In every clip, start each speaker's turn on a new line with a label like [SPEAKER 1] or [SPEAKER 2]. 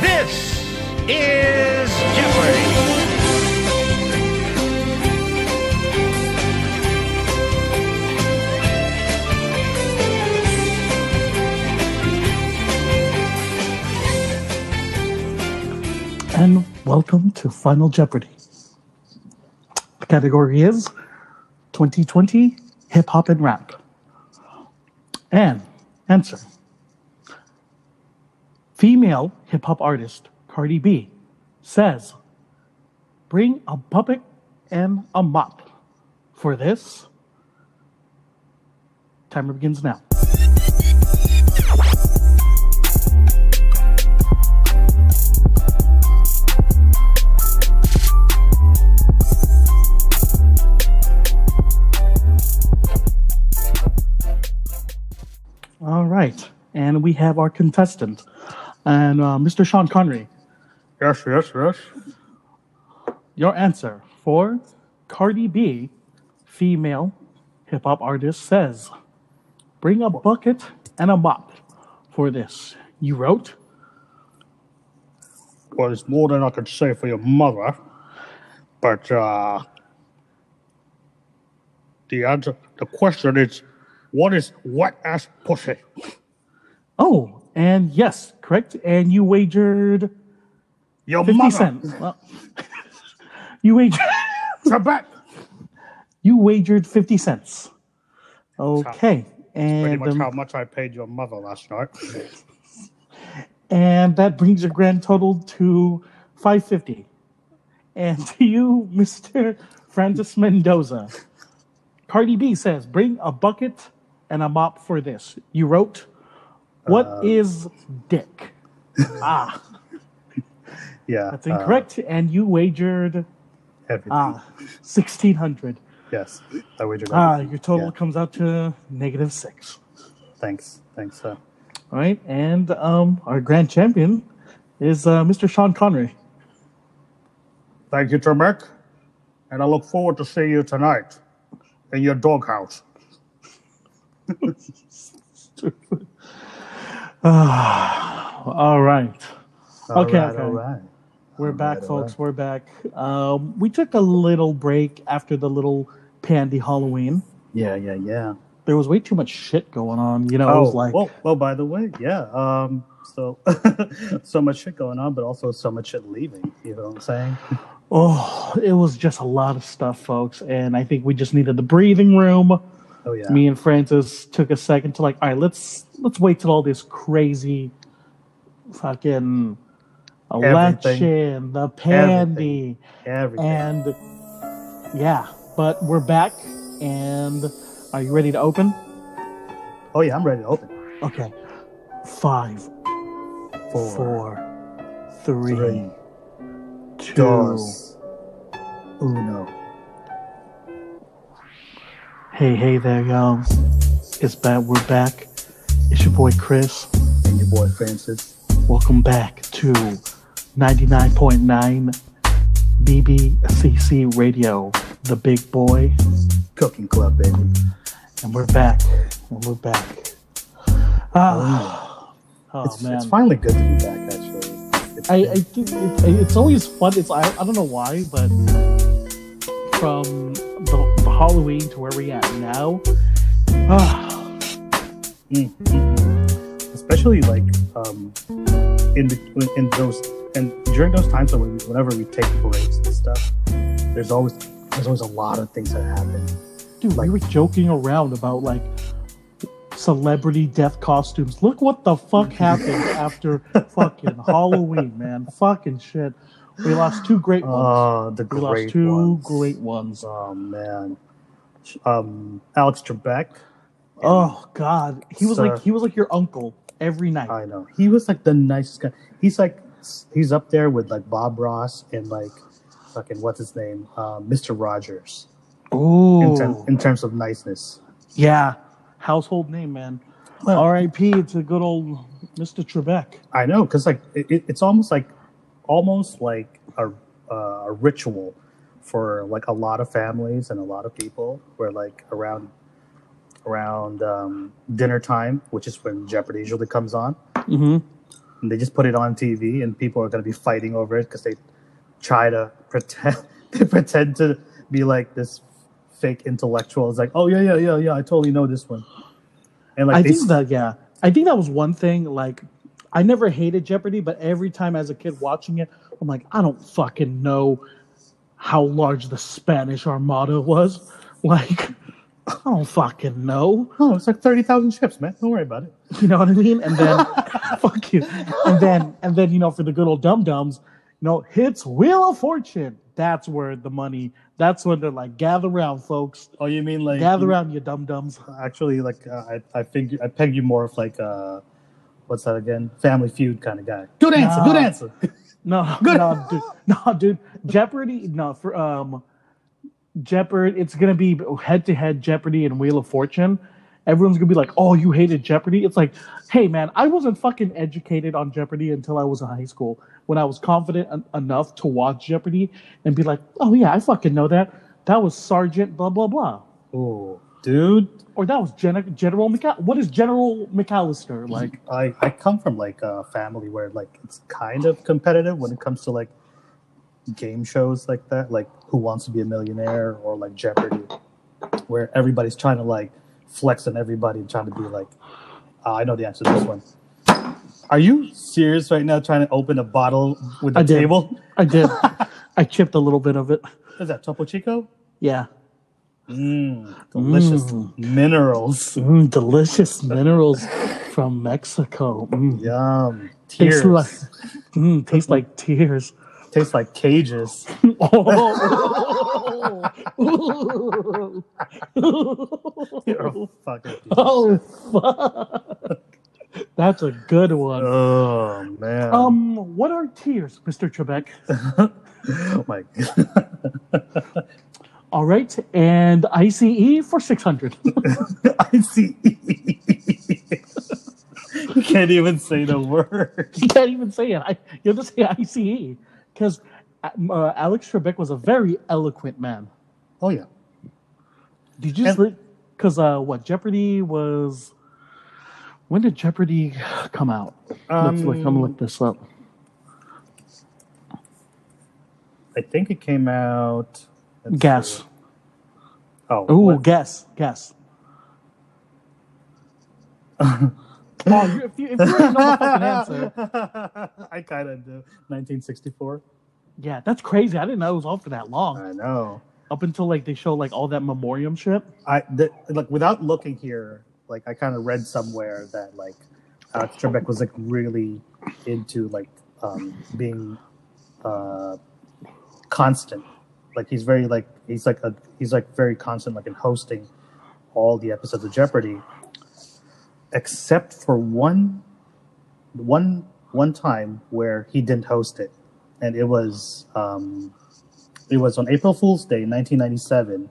[SPEAKER 1] This is Jeopardy!
[SPEAKER 2] and welcome to Final Jeopardy. The category is 2020 hip hop and rap. And answer Female hip hop artist Cardi B says, Bring a bucket and a mop. For this, timer begins now. All right. And we have our contestant, and uh, Mr. Sean Connery.
[SPEAKER 1] Yes, yes, yes.
[SPEAKER 2] Your answer for Cardi B, female hip hop artist, says, Bring a bucket and a mop for this. You wrote,
[SPEAKER 1] Well, there's more than I could say for your mother, but uh, the answer, the question is, what is wet ass pussy?
[SPEAKER 2] Oh, and yes, correct. And you wagered
[SPEAKER 1] Your
[SPEAKER 2] 50
[SPEAKER 1] mother.
[SPEAKER 2] cents. Well, you, wagered,
[SPEAKER 1] Come back.
[SPEAKER 2] you wagered 50 cents. Okay.
[SPEAKER 1] Pretty
[SPEAKER 2] And
[SPEAKER 1] much
[SPEAKER 2] um,
[SPEAKER 1] how much I paid your mother last night.
[SPEAKER 2] and that brings your grand total to 550 and to you mr francis mendoza cardi b says bring a bucket and a mop for this you wrote "What is dick ah
[SPEAKER 1] Yeah, uh,
[SPEAKER 2] that's incorrect and you wagered ah 1600
[SPEAKER 1] Yes, I wager.
[SPEAKER 2] ah your total
[SPEAKER 1] Yeah.
[SPEAKER 2] comes out to negative six
[SPEAKER 1] Thanks, thanks, sir.
[SPEAKER 2] all right and um our grand champion is uh, mr sean connery
[SPEAKER 1] Thank you, Trimek, and I look forward to seeing you tonight in your doghouse.
[SPEAKER 2] all right Okay, okay.
[SPEAKER 1] right.
[SPEAKER 2] We're back, folks. We're back. Um, we took a little break after the little pandy Halloween.
[SPEAKER 1] Yeah, yeah, yeah.
[SPEAKER 2] There was way too much shit going on. You know, it
[SPEAKER 3] Oh,
[SPEAKER 2] was like,
[SPEAKER 3] well, well, by the way, yeah. Um, so, so much shit going on, but also so much shit leaving. You know what I'm saying?
[SPEAKER 2] oh, it was just a lot of stuff, folks. And I think we just needed the breathing room.
[SPEAKER 3] Oh yeah.
[SPEAKER 2] Me and Francis took a second to like, all right, let's let's wait till all this crazy, fucking election, the pandy,
[SPEAKER 3] Everything.
[SPEAKER 2] and yeah. But we're back, and are you ready to open?
[SPEAKER 3] oh yeah, I'm ready to open.
[SPEAKER 2] Okay. Five,
[SPEAKER 3] Four,
[SPEAKER 2] four, three,
[SPEAKER 3] three,
[SPEAKER 2] two,
[SPEAKER 3] dos, uno.
[SPEAKER 2] Hey, hey there, y'all. It's back. We're back. It's your boy Chris.
[SPEAKER 3] And your boy Francis.
[SPEAKER 2] Welcome back to 99.9 BBCC Radio, the big boy.
[SPEAKER 3] Cooking Club, baby.
[SPEAKER 2] And we're back. And we're back. Ah, oh,
[SPEAKER 3] it's,
[SPEAKER 2] man.
[SPEAKER 3] it's finally good to be back, actually. It's
[SPEAKER 2] I, I
[SPEAKER 3] been-
[SPEAKER 2] think it, it's always fun. It's I, I don't know why, but from the, the Halloween to where we at now, ah,
[SPEAKER 3] especially like um, in the, in those and during those times when we, whenever we take breaks and stuff, there's always there's always a lot of things that happen.
[SPEAKER 2] dude,
[SPEAKER 3] Like-
[SPEAKER 2] we were joking around about like celebrity death costumes. Look what the fuck happened after fucking Halloween, man. Fucking shit. We lost two great ones.
[SPEAKER 3] Oh, the
[SPEAKER 2] we
[SPEAKER 3] great
[SPEAKER 2] lost two
[SPEAKER 3] ones.
[SPEAKER 2] great ones.
[SPEAKER 3] Oh man, um, Alex Trebek.
[SPEAKER 2] Oh god, he was
[SPEAKER 3] Sir.
[SPEAKER 2] like he was like your uncle every night.
[SPEAKER 3] I know he was like the nicest guy. He's like he's up there with like Bob Ross and like fucking what's his name, uh, Mr. Rogers in,
[SPEAKER 2] Ooh.
[SPEAKER 3] ter- in terms of niceness.
[SPEAKER 2] Yeah, household name, man.
[SPEAKER 3] Well-
[SPEAKER 2] R.I.P. to good old Mr. Trebek.
[SPEAKER 3] I know, because like it, it- it's almost like almost like a uh, a ritual for like a lot of families and a lot of people where like around around um, dinner time, which is when Jeopardy usually comes on.
[SPEAKER 2] Mm-hmm.
[SPEAKER 3] and they just put it on TV, and people are going to be fighting over it because they try to pretend they pretend to be like this fake intellectual. It's like, oh yeah, yeah, yeah, yeah, I totally know this one. And like
[SPEAKER 2] I
[SPEAKER 3] they
[SPEAKER 2] think
[SPEAKER 3] s-
[SPEAKER 2] that yeah, I think that was one thing. Like, I never hated Jeopardy, but every time as a kid watching it, I'm like, I don't fucking know how large the Spanish Armada was. Like, I don't fucking know.
[SPEAKER 3] oh, it's like thirty thousand ships, man. Don't worry about it.
[SPEAKER 2] You know what I mean? And then fuck you. And then and then you know for the good old dum dums, you know, hits Wheel of Fortune. That's where the money. That's when they're like, gather round, folks.
[SPEAKER 3] Oh, you mean like
[SPEAKER 2] Gather
[SPEAKER 3] you-
[SPEAKER 2] round, you dum dums.
[SPEAKER 3] Actually, like uh, I, I figure I peg you more of like uh, what's that again? Family Feud kind of guy. Good answer. Good
[SPEAKER 2] Nah.
[SPEAKER 3] answer.
[SPEAKER 2] No,
[SPEAKER 3] Good.
[SPEAKER 2] no, dude, no, dude. Jeopardy. No, for um, Jeopardy. It's gonna be head to head Jeopardy and Wheel of Fortune. Everyone's gonna be like, "Oh, you hated Jeopardy." It's like, hey, man, I wasn't fucking educated on Jeopardy until I was in high school. When I was confident en- enough to watch Jeopardy and be like, "Oh yeah, I fucking know that. That was Sergeant blah blah blah,"
[SPEAKER 3] Oh, dude.
[SPEAKER 2] or that was Gen- General McAllister. What is General McAllister like?
[SPEAKER 3] I, I come from like a family where like it's kind of competitive when it comes to like game shows like that, like Who Wants to Be a Millionaire or like Jeopardy, where everybody's trying to like flex on everybody and trying to be like, "Ah, I know the answer to this one. Are you serious right now trying to open a bottle with the
[SPEAKER 2] I did.
[SPEAKER 3] table?
[SPEAKER 2] I did. I chipped a little bit of it.
[SPEAKER 3] Is that Topo Chico?
[SPEAKER 2] Yeah.
[SPEAKER 3] Mmm, delicious minerals.
[SPEAKER 2] Mm, delicious minerals from Mexico. Mm.
[SPEAKER 3] Yum. Tears.
[SPEAKER 2] Tastes like, mm, tastes like tears.
[SPEAKER 3] Tastes like cages.
[SPEAKER 2] Oh,
[SPEAKER 3] You're a fucking piece of
[SPEAKER 2] oh fuck. That's a good one.
[SPEAKER 3] Oh man.
[SPEAKER 2] Um, what are tears, Mr. Trebek?
[SPEAKER 3] oh my
[SPEAKER 2] All right, and ICE for 600.
[SPEAKER 3] I see. you can't even say the word.
[SPEAKER 2] you can't even say it. I, you have to say ICE because uh, Alex Trebek was a very eloquent man.
[SPEAKER 3] Oh yeah.
[SPEAKER 2] Did you
[SPEAKER 3] And-
[SPEAKER 2] sleep? Because uh, what Jeopardy was? When did Jeopardy come out? Let's look. I'm gonna
[SPEAKER 3] Um,
[SPEAKER 2] look this up.
[SPEAKER 3] I think it came out. let's
[SPEAKER 2] Guess.
[SPEAKER 3] see. Oh.
[SPEAKER 2] Ooh,
[SPEAKER 3] what-
[SPEAKER 2] guess, guess. oh, you, if you if you already know the fucking answer,
[SPEAKER 3] I kind of do. 1964.
[SPEAKER 2] yeah, that's crazy. I didn't know it was on for that long.
[SPEAKER 3] I know.
[SPEAKER 2] Up until like they show like all that memoriam shit.
[SPEAKER 3] I th- like without looking here, like I kind of read somewhere that like Alex Trebek was like really into like um, being uh, constant. Like he's very like he's like a he's like very constant like in hosting all the episodes of Jeopardy, except for one one one time where he didn't host it, and it was um, it was on April Fool's Day, nineteen ninety seven.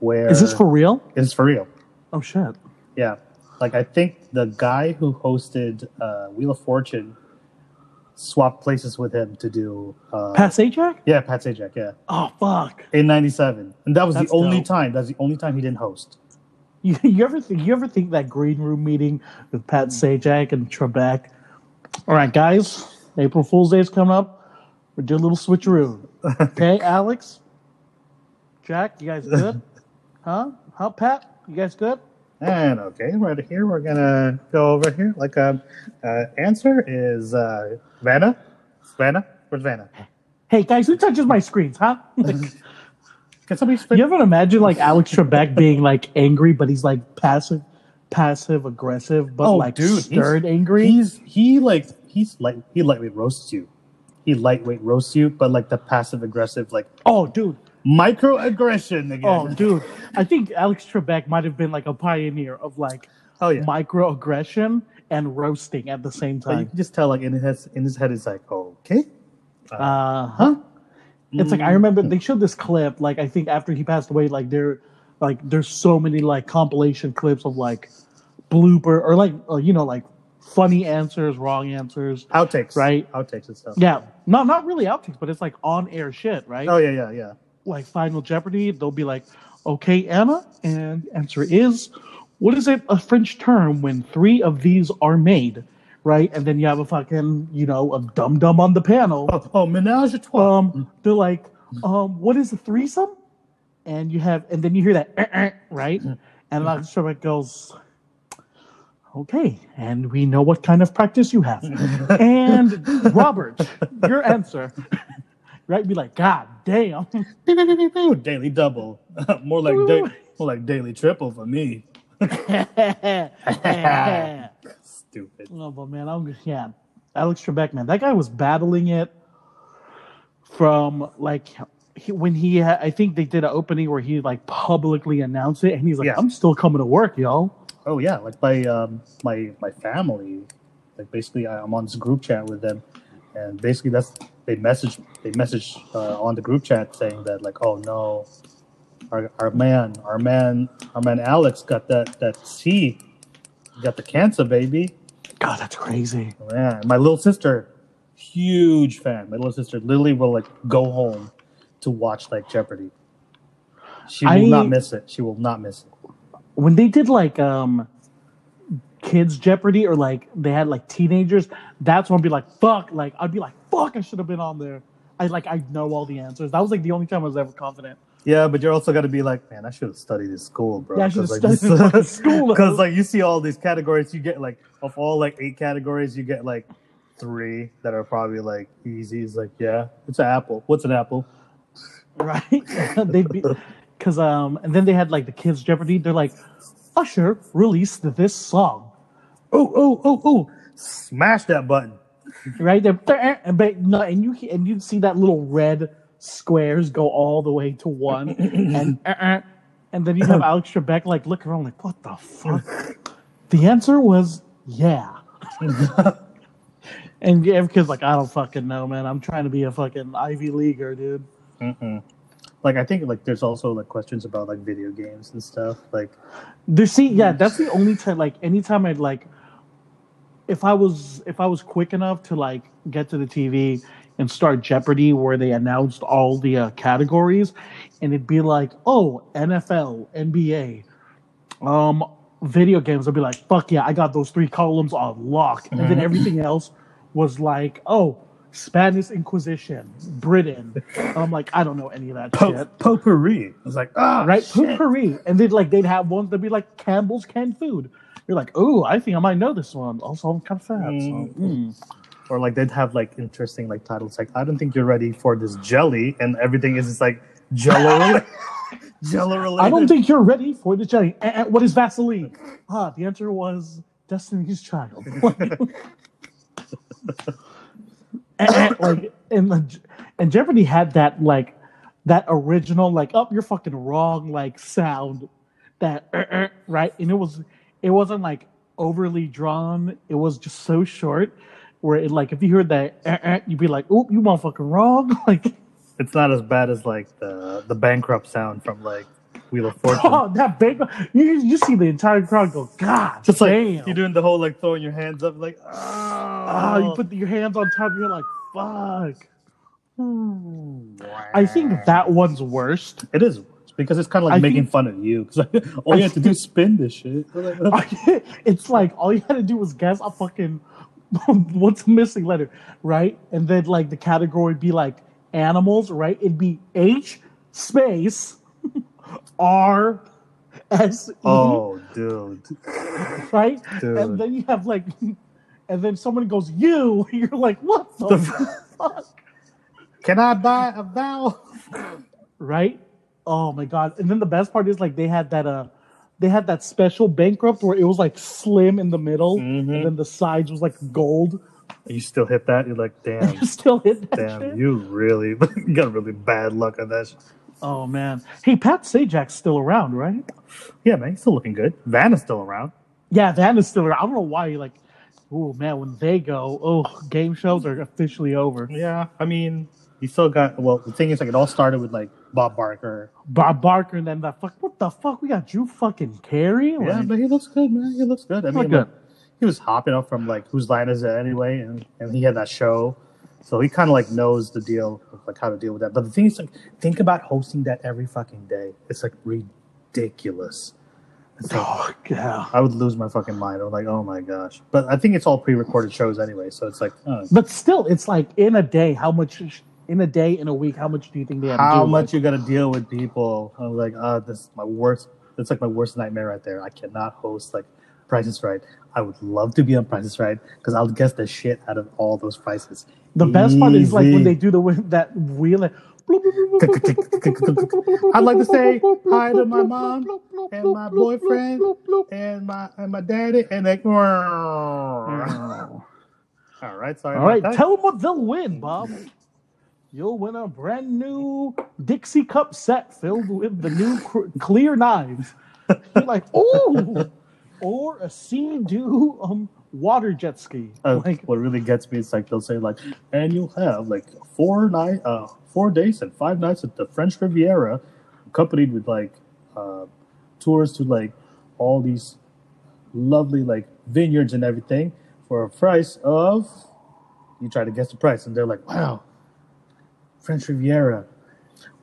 [SPEAKER 3] Where
[SPEAKER 2] Is this for real?
[SPEAKER 3] it's for real.
[SPEAKER 2] Oh shit.
[SPEAKER 3] Yeah. Like I think the guy who hosted uh, Wheel of Fortune swapped places with him to do uh,
[SPEAKER 2] Pat Sajak?
[SPEAKER 3] Yeah, Pat Sajak. Yeah,
[SPEAKER 2] Oh fuck.
[SPEAKER 3] in '97, and that was
[SPEAKER 2] That's
[SPEAKER 3] the only
[SPEAKER 2] dope.
[SPEAKER 3] time. That's the only time he didn't host.
[SPEAKER 2] You, you ever think you ever think that green room meeting with Pat Sajak and Trebek? All right, guys, April Fool's Day is coming up. We do a little switcheroo. Okay, Alex, Jack, you guys good? Huh? Huh, Pat? You guys good?
[SPEAKER 3] And okay, right here we're gonna go over here. Like, um, uh, answer is uh, Vanna. Vanna, where's Vanna?
[SPEAKER 2] Hey guys, who touches my screens? Huh? Like,
[SPEAKER 3] Can somebody
[SPEAKER 2] you
[SPEAKER 3] spit?
[SPEAKER 2] ever imagine like Alex Trebek being like angry, but he's like passive, passive aggressive, but
[SPEAKER 3] Oh,
[SPEAKER 2] like
[SPEAKER 3] dude, he's-
[SPEAKER 2] stern angry?
[SPEAKER 3] He's he like he's light he lightweight roasts you. He lightweight roasts you, but like the passive aggressive like
[SPEAKER 2] oh, dude,
[SPEAKER 3] microaggression again.
[SPEAKER 2] Oh, dude. I think Alex Trebek might have been like a pioneer of like
[SPEAKER 3] Oh yeah.
[SPEAKER 2] microaggression and roasting at the same
[SPEAKER 3] But you
[SPEAKER 2] time.
[SPEAKER 3] can just tell like in his in his head he's like, oh, okay.
[SPEAKER 2] Uh,
[SPEAKER 3] Huh? Hmm.
[SPEAKER 2] It's like I remember they showed this clip. Like I think after he passed away, like there, like there's so many like compilation clips of like blooper or like uh, you know like funny answers, wrong answers.
[SPEAKER 3] Outtakes.
[SPEAKER 2] Right.
[SPEAKER 3] Outtakes and stuff.
[SPEAKER 2] Yeah, no, not really outtakes, but it's like on air shit, right?
[SPEAKER 3] Oh yeah, yeah, yeah.
[SPEAKER 2] like Final Jeopardy, they'll be like, "Okay, Anna," and answer is, "What is it? A French term when three of these are made?" right? And then you have a fucking, you know, a dum dum on the panel.
[SPEAKER 4] Oh, oh Menage a Trois.
[SPEAKER 2] Um, they're like, um, what is a threesome? And you have, and then you hear that, "Eh, eh," right? And Locke Trebek goes, okay, and we know what kind of practice you have. and Robert, your answer, right? Be like, God damn.
[SPEAKER 3] Ooh, daily double. more like da- more like daily triple for me.
[SPEAKER 2] oh,
[SPEAKER 3] Stupid.
[SPEAKER 2] but man, I'm, yeah. Alex Trebek, man, that guy was battling it from like, he, when he, ha- I think they did an opening where he like publicly announced it, and he's like,
[SPEAKER 3] Yeah.
[SPEAKER 2] "I'm still coming to work, y'all."
[SPEAKER 3] Oh yeah, like my um my my family, like basically I- I'm on this group chat with them, and basically that's they message they message uh, on the group chat saying that like oh no, our our man our man our man Alex got that that C, He got the cancer baby.
[SPEAKER 2] God, that's crazy.
[SPEAKER 3] Yeah, my little sister, huge fan. My little sister literally will like go home to watch like Jeopardy. She will
[SPEAKER 2] I-
[SPEAKER 3] not miss it. She will not miss it.
[SPEAKER 2] when they did like um kids jeopardy or like they had like teenagers that's when i'd be like fuck like i'd be like fuck i should have been on there i like i know all the answers that was like the only time i was ever confident
[SPEAKER 3] Yeah, but you're also gonna be like, man, I should have studied in school, bro.
[SPEAKER 2] yeah i should have
[SPEAKER 3] Because
[SPEAKER 2] studied in fucking school
[SPEAKER 3] Because like you see all these categories, you get like of all like eight categories, you get like three that are probably like easy. It's like, yeah, it's an apple. What's an apple?
[SPEAKER 2] right they'd be because um and then they had like the kids jeopardy they're like usher released this song
[SPEAKER 3] Oh, oh, oh, oh! Smash that button.
[SPEAKER 2] right there and but no and you he- and you'd see that little red squares go all the way to one and uh-uh. and then you have alex trebek like looking around like what the fuck the answer was yeah and yeah because like i don't fucking know man i'm trying to be a fucking ivy leaguer dude
[SPEAKER 3] Mm-mm. Like I think like there's also like questions about like video games and stuff. Like
[SPEAKER 2] there see yeah that's the only time like anytime i'd like if i was if i was quick enough to like get to the tv and start jeopardy where they announced all the uh, categories and it'd be like oh nfl nba um video games i'd be like fuck yeah i got those three columns on lock and then everything else was like oh spanish inquisition britain and i'm like i don't know any of that
[SPEAKER 3] po-
[SPEAKER 2] shit
[SPEAKER 3] potpourri. I was like, ah,
[SPEAKER 2] right?
[SPEAKER 3] shit.
[SPEAKER 2] Potpourri. And then like they'd have ones that'd be like Campbell's canned food. You're like, oh, I think I might know this one. Also, I'm kind of fat.
[SPEAKER 3] Mm.
[SPEAKER 2] So, mm.
[SPEAKER 3] Or like they'd have like interesting like titles like I don't think you're ready for this jelly, and everything is just like jello, related. jello related.
[SPEAKER 2] I don't think you're ready for the jelly. Eh, eh, what is Vaseline? Ah, the answer was Destiny's Child. Eh, eh, like, and the, and Jeopardy had that like that original like, oh, you're fucking wrong like sound that eh, eh, right, and it was it wasn't like overly drawn. It was just so short where it like if you heard that, eh, eh, you'd be like, oh, you motherfucking wrong, like.
[SPEAKER 3] it's not as bad as like the the bankrupt sound from like Wheel of Fortune.
[SPEAKER 2] Oh, that big! You you see the entire crowd go, God,
[SPEAKER 3] Just like
[SPEAKER 2] damn.
[SPEAKER 3] you're doing the whole like throwing your hands up like oh,
[SPEAKER 2] Ah, you put your hands on top. You're like, fuck. I think that one's worst.
[SPEAKER 3] it is because it's kind of like
[SPEAKER 2] I
[SPEAKER 3] making
[SPEAKER 2] think-
[SPEAKER 3] fun of you because all you have to do is spin this shit.
[SPEAKER 2] it's like all you had to do was guess a fucking what's a missing letter, right? And then like the category would be like animals, right? It'd be H space R S E,
[SPEAKER 3] oh, dude.
[SPEAKER 2] right?
[SPEAKER 3] dude.
[SPEAKER 2] And then you have like, and then someone goes you. You're like, what the,
[SPEAKER 3] The
[SPEAKER 2] fuck?
[SPEAKER 3] Can I buy a vowel?
[SPEAKER 2] right? Oh my god! And then the best part is like they had that uh, they had that special bankrupt where it was like slim in the middle,
[SPEAKER 3] Mhm.
[SPEAKER 2] and then the sides was like gold.
[SPEAKER 3] You still hit that? You're like, damn,
[SPEAKER 2] You still hit that shit.
[SPEAKER 3] damn, you really you got really bad luck on that. Shit.
[SPEAKER 2] Oh man! Hey, Pat Sajak's still around, right?
[SPEAKER 3] Yeah, man, he's still looking good. Van is still around.
[SPEAKER 2] Yeah, Van is still around. I don't know why. Like, oh man, when they go, oh, game shows are officially over.
[SPEAKER 3] Yeah, I mean, he still got. Well, the thing is, like, it all started with like Bob Barker.
[SPEAKER 2] Bob Barker and then that fuck. What the fuck? We got Drew fucking Carey.
[SPEAKER 3] Yeah,
[SPEAKER 2] Like,
[SPEAKER 3] but he looks good, man. He looks good. I mean,
[SPEAKER 2] Look good.
[SPEAKER 3] like, he was hopping up from like whose line is it anyway, and, and he had that show, so he kind of like knows the deal, of, like how to deal with that. But the thing is, like, think about hosting that every fucking day. It's like ridiculous. It's like,
[SPEAKER 2] Oh yeah.
[SPEAKER 3] I would lose my fucking mind. I'm like, oh my gosh. But I think it's all pre-recorded shows anyway, so it's like, oh,
[SPEAKER 2] But still, it's like in a day, how much in a day in a week, how much do you think they have? to
[SPEAKER 3] how
[SPEAKER 2] do?
[SPEAKER 3] much you got to deal with people? I'm like, ah, this is my worst. That's like my worst nightmare right there. I cannot host like Price is Right. I would love to be on Price is Right because I'll guess the shit out of all those prices.
[SPEAKER 2] The best part is like
[SPEAKER 3] Easy.
[SPEAKER 2] when they do the wh- that wheel. Like,
[SPEAKER 3] I'd like to say hi to my mom and my boyfriend and my and my daddy and they. All right, sorry.
[SPEAKER 2] All right,
[SPEAKER 3] about that.
[SPEAKER 2] tell them what they'll win, Bob. You'll win a brand new Dixie cup set filled with the new cr- clear knives. You're like, oh, or a sea doo um water jet ski.
[SPEAKER 3] Uh,
[SPEAKER 2] like,
[SPEAKER 3] what really gets me is like they'll say like, and you'll have like four night, uh, four days and five nights at the French Riviera, accompanied with like uh, tours to like all these lovely like vineyards and everything for a price of. You try to guess the price, and they're like, "Wow, French Riviera,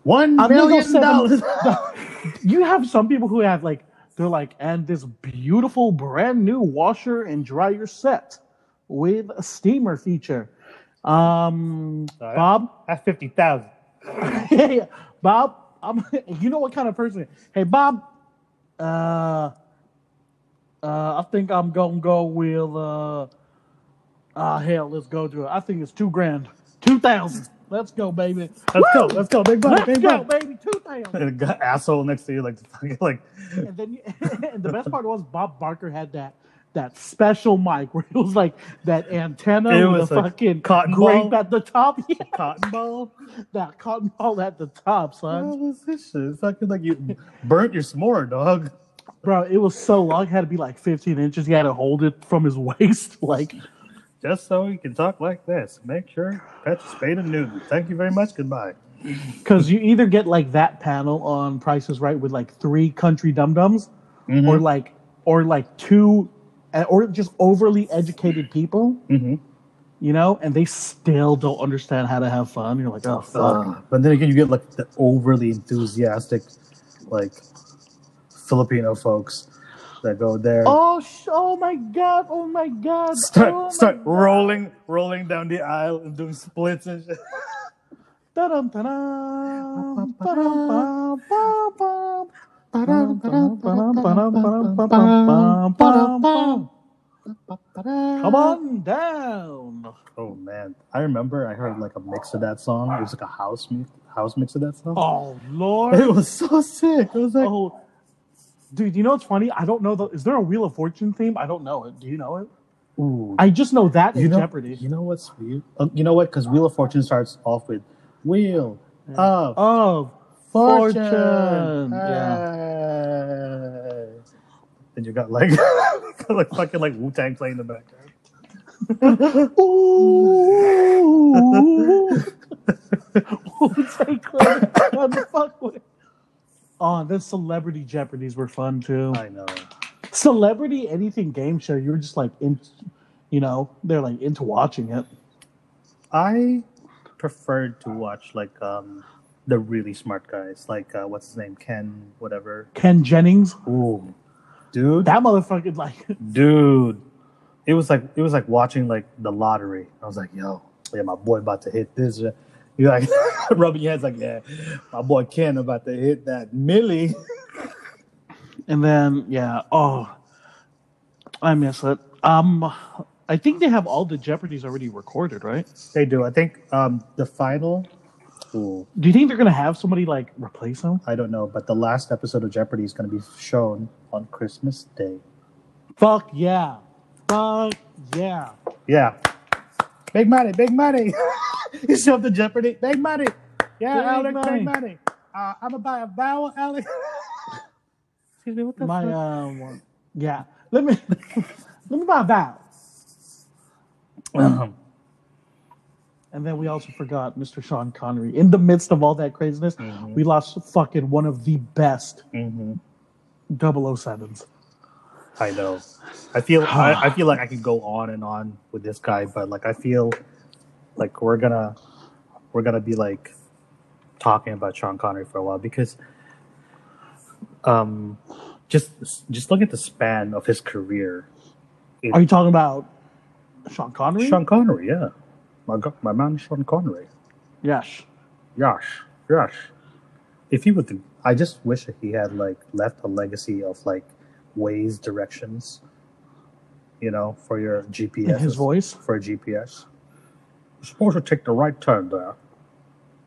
[SPEAKER 3] one
[SPEAKER 2] I'm gonna go
[SPEAKER 3] million dollars."
[SPEAKER 2] you have some people who have like they're like and this beautiful brand new washer and dryer set with a steamer feature um
[SPEAKER 3] Alright.
[SPEAKER 2] bob
[SPEAKER 3] That's fifty thousand.
[SPEAKER 2] hey bob i'm you know what kind of person hey bob uh uh i think i'm gonna go with uh ah hell let's go to it i think it's two grand two thousand let's go baby
[SPEAKER 3] Let's go,
[SPEAKER 2] Woo!
[SPEAKER 3] let's go, big bucks,
[SPEAKER 2] let's
[SPEAKER 3] big
[SPEAKER 2] go
[SPEAKER 3] bucks.
[SPEAKER 2] baby two thousand
[SPEAKER 3] And the guy- asshole next to you, like, fucking, like
[SPEAKER 2] and then and the best part was Bob Barker had that that special mic where it was like that antenna
[SPEAKER 3] It
[SPEAKER 2] with
[SPEAKER 3] was
[SPEAKER 2] a
[SPEAKER 3] like
[SPEAKER 2] fucking
[SPEAKER 3] cotton
[SPEAKER 2] grape
[SPEAKER 3] ball.
[SPEAKER 2] at the top. Yeah,
[SPEAKER 3] cotton ball.
[SPEAKER 2] that cotton ball at the top, son.
[SPEAKER 3] What was this shit? It's fucking like you burnt your s'more, dog.
[SPEAKER 2] Bro, it was so long. It had to be like 15 inches. He had to hold it from his waist. Like,
[SPEAKER 3] Just so you can talk like this. Make sure Patrick Spade and Newton. Thank you very much. Goodbye.
[SPEAKER 2] because you either get like that panel on Price is Right with like three country dum dums or
[SPEAKER 3] Mm-hmm.
[SPEAKER 2] like, or like two, eh, or just overly educated people,
[SPEAKER 3] Mm-hmm.
[SPEAKER 2] you know, and they still don't understand how to have fun. You're like, oh, fuck.
[SPEAKER 3] but then again, you get like the overly enthusiastic, like Filipino folks that go there,
[SPEAKER 2] Oh, sh- oh my god! Oh my god!
[SPEAKER 3] start
[SPEAKER 2] oh my
[SPEAKER 3] start
[SPEAKER 2] God.
[SPEAKER 3] rolling, rolling down the aisle and doing splits and shit.
[SPEAKER 2] Ta-dum, ta-dum, ta-dum, ba, ba, ba, ba, ba, ba, ba, ba, ba, ba, ba, ba. Come on down.
[SPEAKER 3] Oh man, I remember I heard like a mix of that song. It was like a house mix, house mix of that song.
[SPEAKER 2] Oh
[SPEAKER 3] It
[SPEAKER 2] lord.
[SPEAKER 3] was so sick. It was like,
[SPEAKER 2] Oh, dude. You know what's funny? I don't know. The, is there a Wheel of Fortune theme? I don't know it. Do you know it?
[SPEAKER 3] ooh.
[SPEAKER 2] Oh. I just know that
[SPEAKER 3] you
[SPEAKER 2] in
[SPEAKER 3] know,
[SPEAKER 2] Jeopardy.
[SPEAKER 3] You know what's weird? Uh, you know what? Because Wheel of Fortune starts off with Wheel of
[SPEAKER 2] Oh,
[SPEAKER 3] Fortune.
[SPEAKER 2] Fortune.
[SPEAKER 3] Hey. And you got like, you got, like fucking like Wu Tang playing in the background.
[SPEAKER 2] Ooh. Wu-Tang Clan, what the fuck was- Oh, the celebrity Jeopardies were fun too.
[SPEAKER 3] I know.
[SPEAKER 2] Celebrity anything game show, you were just like in, you know, they're like into watching it.
[SPEAKER 3] I preferred to watch like um the really smart guys, like uh, what's his name, Ken, whatever.
[SPEAKER 2] Ken Jennings,
[SPEAKER 3] Ooh, dude.
[SPEAKER 2] that motherfucker, like,
[SPEAKER 3] dude it was like it was like watching like the lottery i was like yo yeah my boy about to hit this you're like rubbing your hands like yeah my boy ken about to hit that millie
[SPEAKER 2] and then yeah, oh, I miss it. Um, I think they have all the Jeopardies already recorded, right?
[SPEAKER 3] they do i think um the final ooh,
[SPEAKER 2] Do you think they're gonna have somebody like replace them?
[SPEAKER 3] i don't know but the last episode of jeopardy is going to be shown on christmas day
[SPEAKER 2] Fuck yeah, fuck yeah.
[SPEAKER 3] yeah big money big money you show up to jeopardy big money yeah
[SPEAKER 2] Big
[SPEAKER 3] alex
[SPEAKER 2] money.
[SPEAKER 3] big money uh, i'm about a vowel alex excuse me what the
[SPEAKER 2] my
[SPEAKER 3] fuck?
[SPEAKER 2] um yeah let me let me buy that
[SPEAKER 3] Mm-hmm,
[SPEAKER 2] and then we also forgot mr sean connery in the midst of all that craziness
[SPEAKER 3] Mhm.
[SPEAKER 2] we lost fucking one of the best
[SPEAKER 3] Mhm.
[SPEAKER 2] 007s
[SPEAKER 3] I know. I feel I, I feel like I could go on and on with this guy, but like I feel like we're gonna we're gonna be like talking about Sean Connery for a while because um Just just look at the span of his career.
[SPEAKER 2] Are you talking about Sean Connery?
[SPEAKER 3] Sean Connery, yeah, my go- my man Sean Connery.
[SPEAKER 2] Yes.
[SPEAKER 3] Yes, yes. If he would, I just wish that he had like left a legacy of like ways directions. You know, for your
[SPEAKER 2] In
[SPEAKER 3] GPS.
[SPEAKER 2] his voice.
[SPEAKER 3] for a GPS.
[SPEAKER 1] You're supposed to take the right turn there,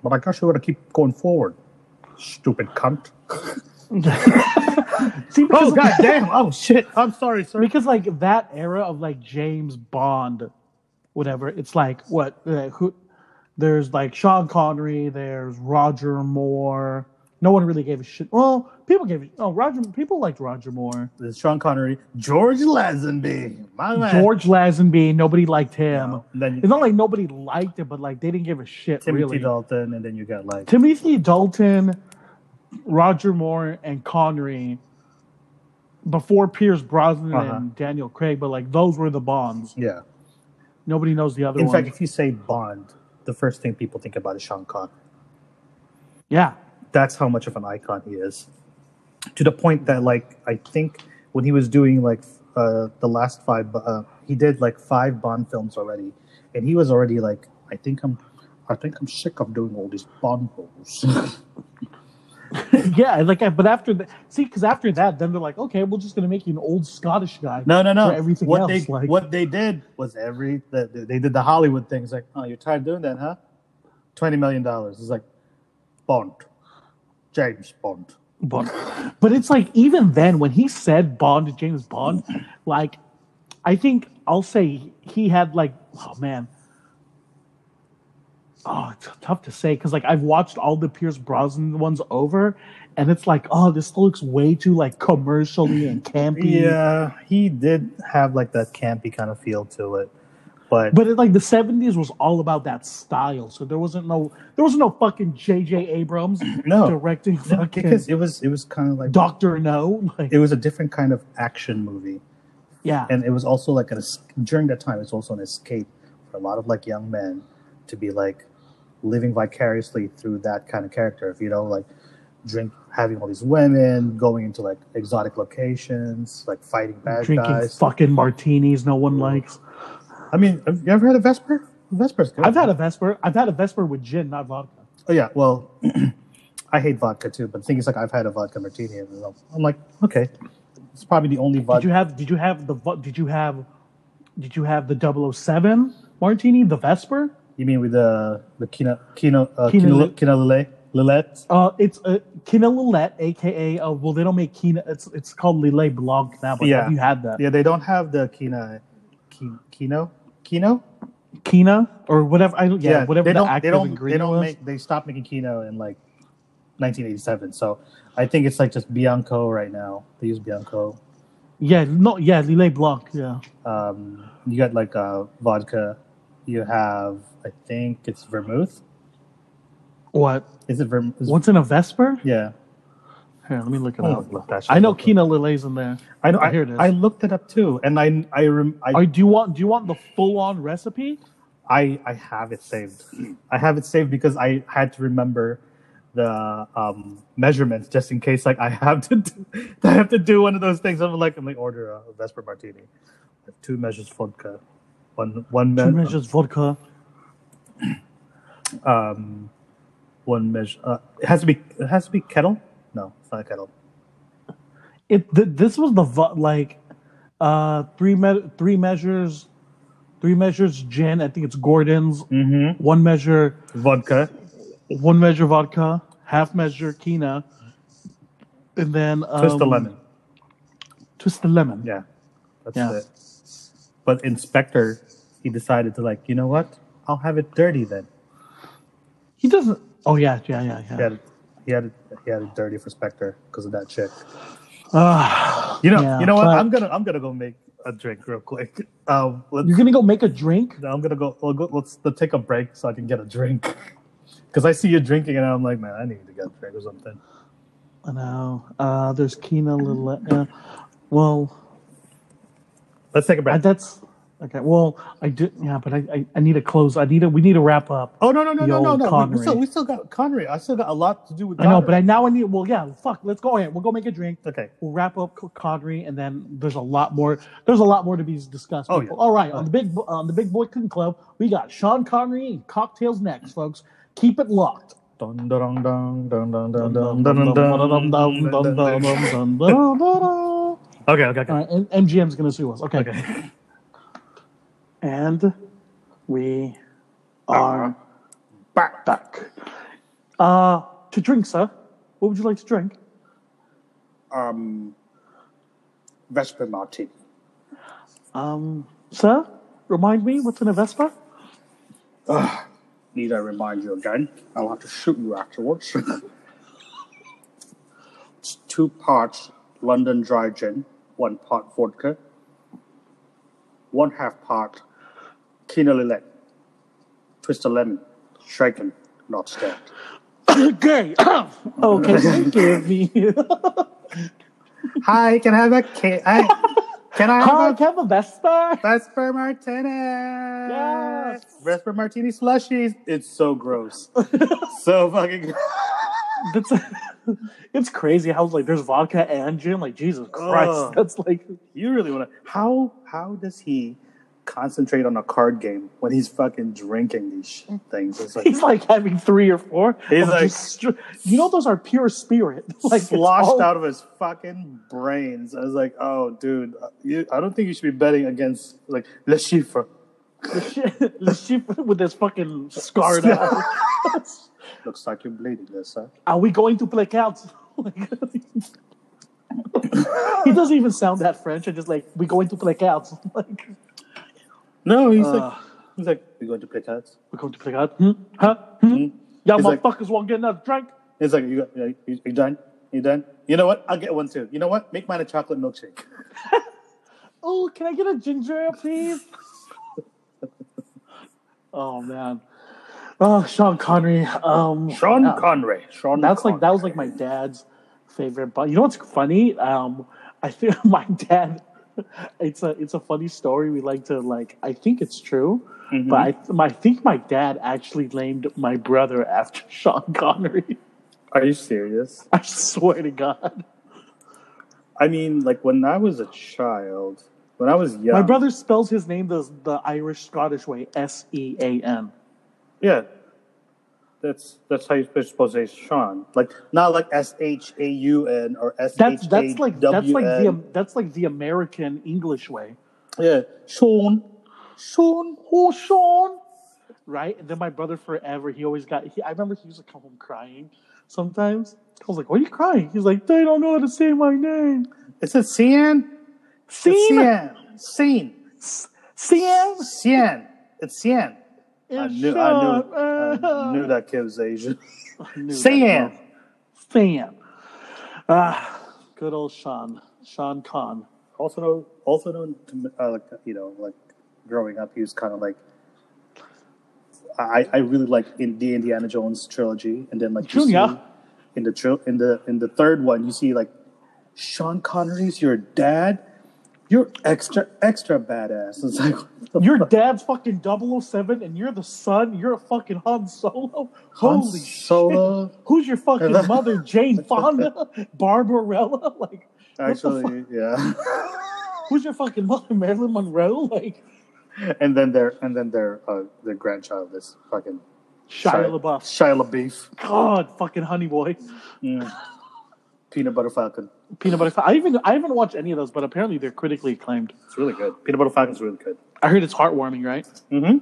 [SPEAKER 1] but I guess you want to keep going forward. Stupid cunt.
[SPEAKER 2] See, because,
[SPEAKER 1] damn! Oh shit! I'm sorry, sir.
[SPEAKER 2] because like that era of like James Bond, whatever. It's like what uh, who? There's like Sean Connery. There's Roger Moore. No one really gave a shit. Well, people gave. a- Oh, Roger. People liked Roger Moore.
[SPEAKER 3] There's Sean Connery, George Lazenby, my man.
[SPEAKER 2] George Lazenby. Nobody liked him.
[SPEAKER 3] And then
[SPEAKER 2] It's not like nobody liked it, but like they didn't give a shit.
[SPEAKER 3] Timothy
[SPEAKER 2] really.
[SPEAKER 3] Dalton, and then you got like
[SPEAKER 2] Timothy Dalton, Roger Moore, and Connery before Pierce Brosnan
[SPEAKER 3] Uh-huh.
[SPEAKER 2] and Daniel Craig, but like those were the bonds.
[SPEAKER 3] yeah.
[SPEAKER 2] Nobody knows the other
[SPEAKER 3] In
[SPEAKER 2] one.
[SPEAKER 3] fact, if you say Bond, the first thing people think about is Sean Connery.
[SPEAKER 2] yeah.
[SPEAKER 3] That's how much of an icon he is. To the point that like I think when he was doing like uh, the last five, uh, he did like five Bond films already, and he was already like I think I'm. I think I'm sick of doing all these Bond roles.
[SPEAKER 2] yeah. Like, I- but after that, see, because after that, then they're like, okay, we're just going to make you an old Scottish guy.
[SPEAKER 3] No, no, no.
[SPEAKER 2] For everything
[SPEAKER 3] what
[SPEAKER 2] else,
[SPEAKER 3] they
[SPEAKER 2] like-
[SPEAKER 3] what they did was every the, they did the Hollywood things like, oh, you're tired of doing that, huh? Twenty million dollars. It's like Bond, James Bond.
[SPEAKER 2] Bond. But it's like even then when he said Bond to James Bond, like I think I'll say he had like oh man. Oh, it's tough to say because like I've watched all the Pierce Brosnan ones over, and it's like oh this looks way too like commercially and campy.
[SPEAKER 3] Yeah, he did have like that campy kind of feel to it, but,
[SPEAKER 2] But it, like the seventies was all about that style, so there wasn't no there wasn't no fucking J.J. Abrams
[SPEAKER 3] no,
[SPEAKER 2] directing
[SPEAKER 3] no,
[SPEAKER 2] fucking
[SPEAKER 3] because it was it was kind of like
[SPEAKER 2] Doctor No. Like
[SPEAKER 3] it was a different kind of action movie,
[SPEAKER 2] yeah,
[SPEAKER 3] and it was also like an es- during that time it's also an escape for a lot of like young men to be like living vicariously through that kind of character if you know like drink having all these women going into like exotic locations like fighting bad
[SPEAKER 2] drinking
[SPEAKER 3] guys
[SPEAKER 2] fucking martinis no one likes.
[SPEAKER 3] i mean have you ever had a vesper vesper's good
[SPEAKER 2] I've had a Vesper. I've had a Vesper with gin, not vodka.
[SPEAKER 3] oh yeah well i hate vodka too but the thing is like i've had a vodka martini and I'm- i'm like okay it's probably the only
[SPEAKER 2] Did
[SPEAKER 3] vodka
[SPEAKER 2] you have? Did you have the? vo- Did you have? Did you have the 007 martini, the Vesper?
[SPEAKER 3] you mean with the the kina kina uh,
[SPEAKER 2] Kina-
[SPEAKER 3] kina, kina lillet lillet
[SPEAKER 2] Uh, it's a Kina Lillet, aka uh, well, they don't make Kina. It's it's called Lillet Blanc now, but
[SPEAKER 3] Yeah.
[SPEAKER 2] have you had that
[SPEAKER 3] Yeah, they don't have the Kina, Ki- Kino, Kino.
[SPEAKER 2] Kina or whatever? I don't. Yeah, whatever
[SPEAKER 3] they
[SPEAKER 2] the
[SPEAKER 3] don't.
[SPEAKER 2] active
[SPEAKER 3] they don't. They
[SPEAKER 2] ingredient
[SPEAKER 3] don't
[SPEAKER 2] was.
[SPEAKER 3] make. They stopped making Kino in like 1987. So I think it's like just Bianco right now. They use Bianco.
[SPEAKER 2] yeah, no, yeah, Lillet Blanc. Yeah,
[SPEAKER 3] Um, you got like uh, vodka. You have, I think it's vermouth.
[SPEAKER 2] what?
[SPEAKER 3] Is it vermouth?
[SPEAKER 2] What's in a Vesper? Oh,
[SPEAKER 3] Yeah,
[SPEAKER 2] Here, let me look it
[SPEAKER 3] I
[SPEAKER 2] up.
[SPEAKER 3] don't look that shit
[SPEAKER 2] I know
[SPEAKER 3] up.
[SPEAKER 2] Kina Lillet's in there.
[SPEAKER 3] I know.
[SPEAKER 2] Oh,
[SPEAKER 3] I,
[SPEAKER 2] here it is.
[SPEAKER 3] I looked it up too, and I I rem, I,
[SPEAKER 2] Are do you want? Do you want the full on recipe?
[SPEAKER 3] I I have it saved. I have it saved because I had to remember the um, measurements just in case. Like I have to, do, I have to do one of those things. I'm like, I'm like, order a Vesper Martini, two measures vodka, one one
[SPEAKER 2] Two
[SPEAKER 3] me-
[SPEAKER 2] measures vodka.
[SPEAKER 3] um, one measure. Uh, it has to be. It has to be kettle. No, it's not a kettle.
[SPEAKER 2] it th- this was the vo- like uh three me- three measures three measures gin i think it's gordon's
[SPEAKER 3] Mm-hmm.
[SPEAKER 2] one measure
[SPEAKER 3] Vodka.
[SPEAKER 2] one measure vodka half measure kina and then um,
[SPEAKER 3] Twist the lemon.
[SPEAKER 2] twist the lemon
[SPEAKER 3] Yeah, that's
[SPEAKER 2] Yeah.
[SPEAKER 3] it. But Inspector, he decided to like, you know what? I'll have it dirty then.
[SPEAKER 2] he doesn't oh yeah yeah yeah
[SPEAKER 3] He
[SPEAKER 2] yeah
[SPEAKER 3] had it, he had it, he had it dirty for Spectre because of that chick.
[SPEAKER 2] Ah,
[SPEAKER 3] You know,
[SPEAKER 2] Yeah,
[SPEAKER 3] you know what?
[SPEAKER 2] but-
[SPEAKER 3] I'm gonna I'm gonna go make a drink real quick. Um, let's,
[SPEAKER 2] you're gonna go make a drink
[SPEAKER 3] I'm gonna go, we'll go. Let's let's take a break so I can get a drink. Because I see you drinking and I'm like, man, I need to get a drink or something.
[SPEAKER 2] i know uh there's kina little uh, well
[SPEAKER 3] Let's take
[SPEAKER 2] I,
[SPEAKER 3] a break.
[SPEAKER 2] that's Okay. Well, I did. Yeah, but I, I, I need to close. I need to. We need to wrap up.
[SPEAKER 3] Oh no no no
[SPEAKER 2] The
[SPEAKER 3] no no
[SPEAKER 2] old
[SPEAKER 3] no! We, we still
[SPEAKER 2] Connery.
[SPEAKER 3] we still got Connery. I still got a lot to do with.
[SPEAKER 2] I know,
[SPEAKER 3] Connery.
[SPEAKER 2] but I now I need. Well, yeah. Fuck. Let's go ahead. We'll go make a drink.
[SPEAKER 3] okay.
[SPEAKER 2] We'll wrap up C- Connery, and then there's a lot more. There's a lot more to be discussed.
[SPEAKER 3] Oh,
[SPEAKER 2] people.
[SPEAKER 3] yeah.
[SPEAKER 2] All right. On the big Bo- on the big boy Cooking club, we got Sean Connery and cocktails next, folks. Keep it locked.
[SPEAKER 3] Dun, dun, dun, dun, dun, dun, dun, dun, dun, dun, dun, dun, dun.
[SPEAKER 2] All
[SPEAKER 3] Okay okay okay.
[SPEAKER 2] right, and MGM's gonna sue us. Okay.
[SPEAKER 3] Okay.
[SPEAKER 2] And we are
[SPEAKER 3] Ah.
[SPEAKER 1] Back.
[SPEAKER 2] back. Uh, to drink, sir. What would you like to drink?
[SPEAKER 1] Um, Vespa Martini.
[SPEAKER 2] Um, sir, remind me what's in a Vespa?
[SPEAKER 1] Need I remind you again? I'll have to shoot you afterwards. it's two parts London dry gin, one part vodka, one half part Kina Lilet, twist a lemon, shaken, not stirred.
[SPEAKER 2] Okay. oh, can you give me?
[SPEAKER 3] Hi, can I have a ca- I, can I
[SPEAKER 2] Hi,
[SPEAKER 3] have a
[SPEAKER 2] can I have a Vespa?
[SPEAKER 3] Vesper Martinez?
[SPEAKER 2] Yes.
[SPEAKER 3] Vesper Martini slushies. It's so gross. so fucking. gross.
[SPEAKER 2] That's it's crazy how like there's vodka and gin. Like Jesus Christ,
[SPEAKER 3] Ugh.
[SPEAKER 2] that's like
[SPEAKER 3] You really want to? How how does he concentrate on a card game when he's fucking drinking these sh- things? It's like
[SPEAKER 2] he's like having three or four.
[SPEAKER 3] He's
[SPEAKER 2] of
[SPEAKER 3] like-
[SPEAKER 2] just str- you know, those are pure spirit. Like it's
[SPEAKER 3] sloshed
[SPEAKER 2] all-
[SPEAKER 3] out of his fucking brains. I was like, oh, dude, you, I don't think you should be betting against like Le Chiffre.
[SPEAKER 2] the shit, the shit with this fucking scarred up.
[SPEAKER 1] Looks like you're bleeding there, sir.
[SPEAKER 2] Are we going to play cards? Like, he doesn't even sound that French. I just like we going to play cards. Like
[SPEAKER 3] No, he's
[SPEAKER 2] Uh.
[SPEAKER 3] like, he's like, you going to play cards?
[SPEAKER 2] we're going to play cards. Hmm? Huh? Hmm? Y'all
[SPEAKER 3] He's like-
[SPEAKER 2] motherfuckers won't get enough drink.
[SPEAKER 3] He's like, you, you, you, you done? You done? You know what? I'll get one too. You know what? Make mine a chocolate milkshake.
[SPEAKER 2] Oh, can I get a ginger ale, please? oh man. Oh, Sean Connery. Um,
[SPEAKER 1] Sean
[SPEAKER 2] yeah.
[SPEAKER 1] Connery. Sean
[SPEAKER 2] That's like that
[SPEAKER 1] Connery.
[SPEAKER 2] was like my dad's favorite. But you know what's funny? Um, I think my dad. It's a it's a funny story. We like to like. I think it's true, but I, my, I think my dad actually named my brother after Sean Connery.
[SPEAKER 3] Are you serious?
[SPEAKER 2] I swear to God,
[SPEAKER 3] I mean, like when I was a child, when I was young,
[SPEAKER 2] my brother spells his name the the Irish Scottish way: S E A N.
[SPEAKER 3] Yeah, that's that's how you're supposed to say Sean. Like not like S H A U N or S H
[SPEAKER 2] That's
[SPEAKER 3] A W N.
[SPEAKER 2] that's like that's like the that's like the American English way.
[SPEAKER 3] yeah Sean.
[SPEAKER 2] Sean, oh Sean, right? And then my brother forever. He always got. He, I remember he used to come home crying sometimes. I was like, "Why are you crying?" He's like, "They don't know how to say my name."
[SPEAKER 3] It's a Cian.
[SPEAKER 2] Sean,
[SPEAKER 3] Cian.
[SPEAKER 2] Sam,
[SPEAKER 3] Cian. It's Cian. I
[SPEAKER 2] and
[SPEAKER 3] knew.
[SPEAKER 2] Sean.
[SPEAKER 3] I knew. I knew that kid was Asian.
[SPEAKER 2] I knew that.
[SPEAKER 3] Cian.
[SPEAKER 2] Sam. Ah, good old Sean, Sean Khan.
[SPEAKER 3] Also known. Also known. To, uh, like you know, like growing up, he was kind of like. I, I really like in the Indiana Jones trilogy, and then like you see-
[SPEAKER 2] Junior,
[SPEAKER 3] in the tri- in the in the third one you see like Sean Connery's your dad you're extra extra badass it's like what the
[SPEAKER 2] your
[SPEAKER 3] fuck?
[SPEAKER 2] dad's fucking 007 and you're the son. You're a fucking Han Solo.
[SPEAKER 3] Han
[SPEAKER 2] Holy
[SPEAKER 3] Solo
[SPEAKER 2] Who's your fucking mother? Jane Fonda? Barbarella? Like, what the fuck?
[SPEAKER 3] actually yeah
[SPEAKER 2] who's your fucking mother? Marilyn Monroe? Like,
[SPEAKER 3] and then their and then their uh, their grandchild is fucking
[SPEAKER 2] Shia LaBeouf.
[SPEAKER 3] Shia LaBeouf
[SPEAKER 2] God, fucking Honey Boy.
[SPEAKER 3] Peanut Butter Falcon
[SPEAKER 2] Peanut Butter. Fa- I even I haven't watched any of those, but apparently they're critically acclaimed.
[SPEAKER 3] it's really good Peanut Butter Falcon's really good
[SPEAKER 2] I heard it's heartwarming, right?
[SPEAKER 3] mm-hmm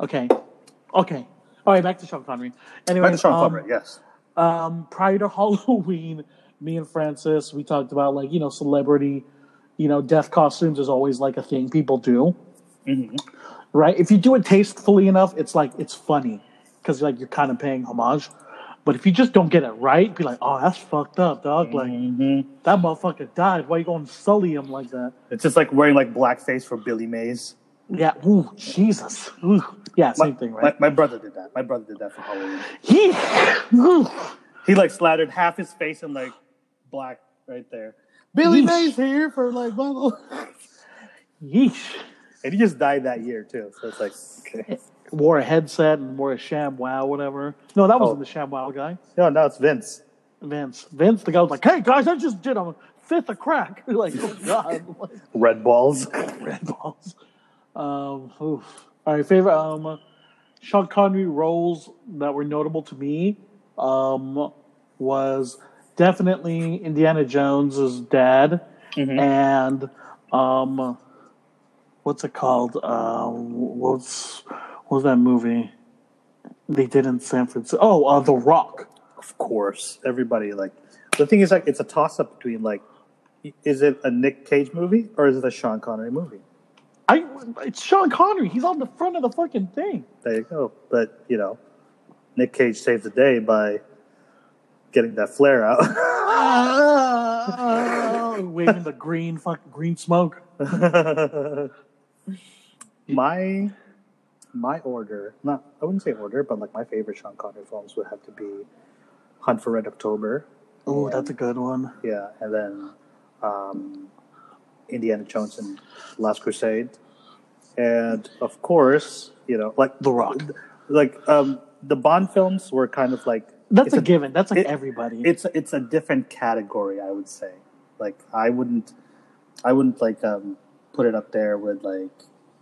[SPEAKER 2] Okay, okay. All right, back to Sean Connery. Anyway,
[SPEAKER 3] back to Sean
[SPEAKER 2] um,
[SPEAKER 3] Connery yes
[SPEAKER 2] um, prior to Halloween, me and Francis, we talked about like you know celebrity, you know death costumes is always like a thing people do,
[SPEAKER 3] Mm-hmm.
[SPEAKER 2] right? If you do it tastefully enough, it's like it's funny because like you're kind of paying homage. But if you just don't get it right, be like, oh, that's fucked up, dog. Like
[SPEAKER 3] mm-hmm.
[SPEAKER 2] that motherfucker died. Why you going to sully him like that?
[SPEAKER 3] it's just like wearing like blackface for Billy Mays
[SPEAKER 2] Yeah. Ooh, Jesus. Ooh. Yeah,
[SPEAKER 3] my,
[SPEAKER 2] same thing, right?
[SPEAKER 3] my, my brother did that my brother did that for Halloween
[SPEAKER 2] He. Ooh.
[SPEAKER 3] He like slathered half his face in like black right there. Billy
[SPEAKER 2] Yeesh.
[SPEAKER 3] Mays here for like blah blah.
[SPEAKER 2] Yeesh.
[SPEAKER 3] And he just died that year too. So it's like okay.
[SPEAKER 2] Wore a headset and wore a sham wow, whatever. No, that wasn't
[SPEAKER 3] Oh.
[SPEAKER 2] the sham wow guy.
[SPEAKER 3] No, now it's Vince.
[SPEAKER 2] Vince. Vince, the guy was like, "Hey guys, I just did a fifth of crack." like, oh god, like,
[SPEAKER 3] Red balls.
[SPEAKER 2] red balls. Um, oof. All right, favorite. Um, Sean Connery roles that were notable to me um, was definitely Indiana Jones's dad and um, what's it called? Uh, what's what was that movie they did in San Francisco? Oh, uh, The Rock.
[SPEAKER 3] Of course. Everybody like the thing is like it's a toss up between like is it a Nick Cage movie or is it a Sean Connery movie?
[SPEAKER 2] I it's Sean Connery. He's on the front of the fucking thing.
[SPEAKER 3] There you go. But you know, Nick Cage saved the day by getting that flare out.
[SPEAKER 2] waving the green fucking green smoke.
[SPEAKER 3] my my order, not I wouldn't say order, but like my favorite Sean Connery films would have to be Hunt for Red October.
[SPEAKER 2] Oh,
[SPEAKER 3] and-
[SPEAKER 2] that's a good one.
[SPEAKER 3] yeah, and then um, Indiana Jones and Last Crusade, and of course, you know, like
[SPEAKER 2] The Rock.
[SPEAKER 3] like um, the Bond films were kind of like
[SPEAKER 2] That's
[SPEAKER 3] it's
[SPEAKER 2] a, given. That's like
[SPEAKER 3] it-
[SPEAKER 2] everybody.
[SPEAKER 3] it's it's a different category i would say like i wouldn't i wouldn't like um put it up there with like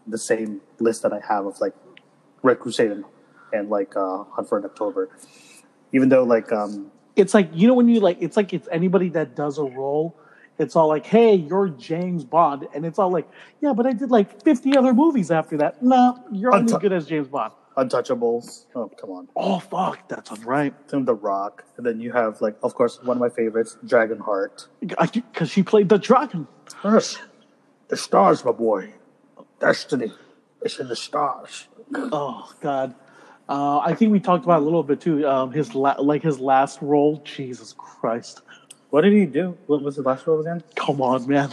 [SPEAKER 3] the same list that i have of like red crusade and, and like uh hunt for Red october even though like um
[SPEAKER 2] it's like you know when you like it's like it's anybody that does a role. It's all like, hey, you're James Bond, and it's all like, yeah, but I did like 50 other movies after that. No, you're only
[SPEAKER 3] Unti-
[SPEAKER 2] good as James Bond.
[SPEAKER 3] untouchables oh come on
[SPEAKER 2] Oh fuck, that's right.
[SPEAKER 3] then the rock and then you have like of course one of my favorites dragonheart
[SPEAKER 2] Because she played the dragon.
[SPEAKER 3] yes the stars my boy destiny it's in the stars
[SPEAKER 2] Oh God, uh, I think we talked about it a little bit too. Um, his la- like his last role. Jesus Christ,
[SPEAKER 3] what did he do what was his last role again
[SPEAKER 2] come on, man!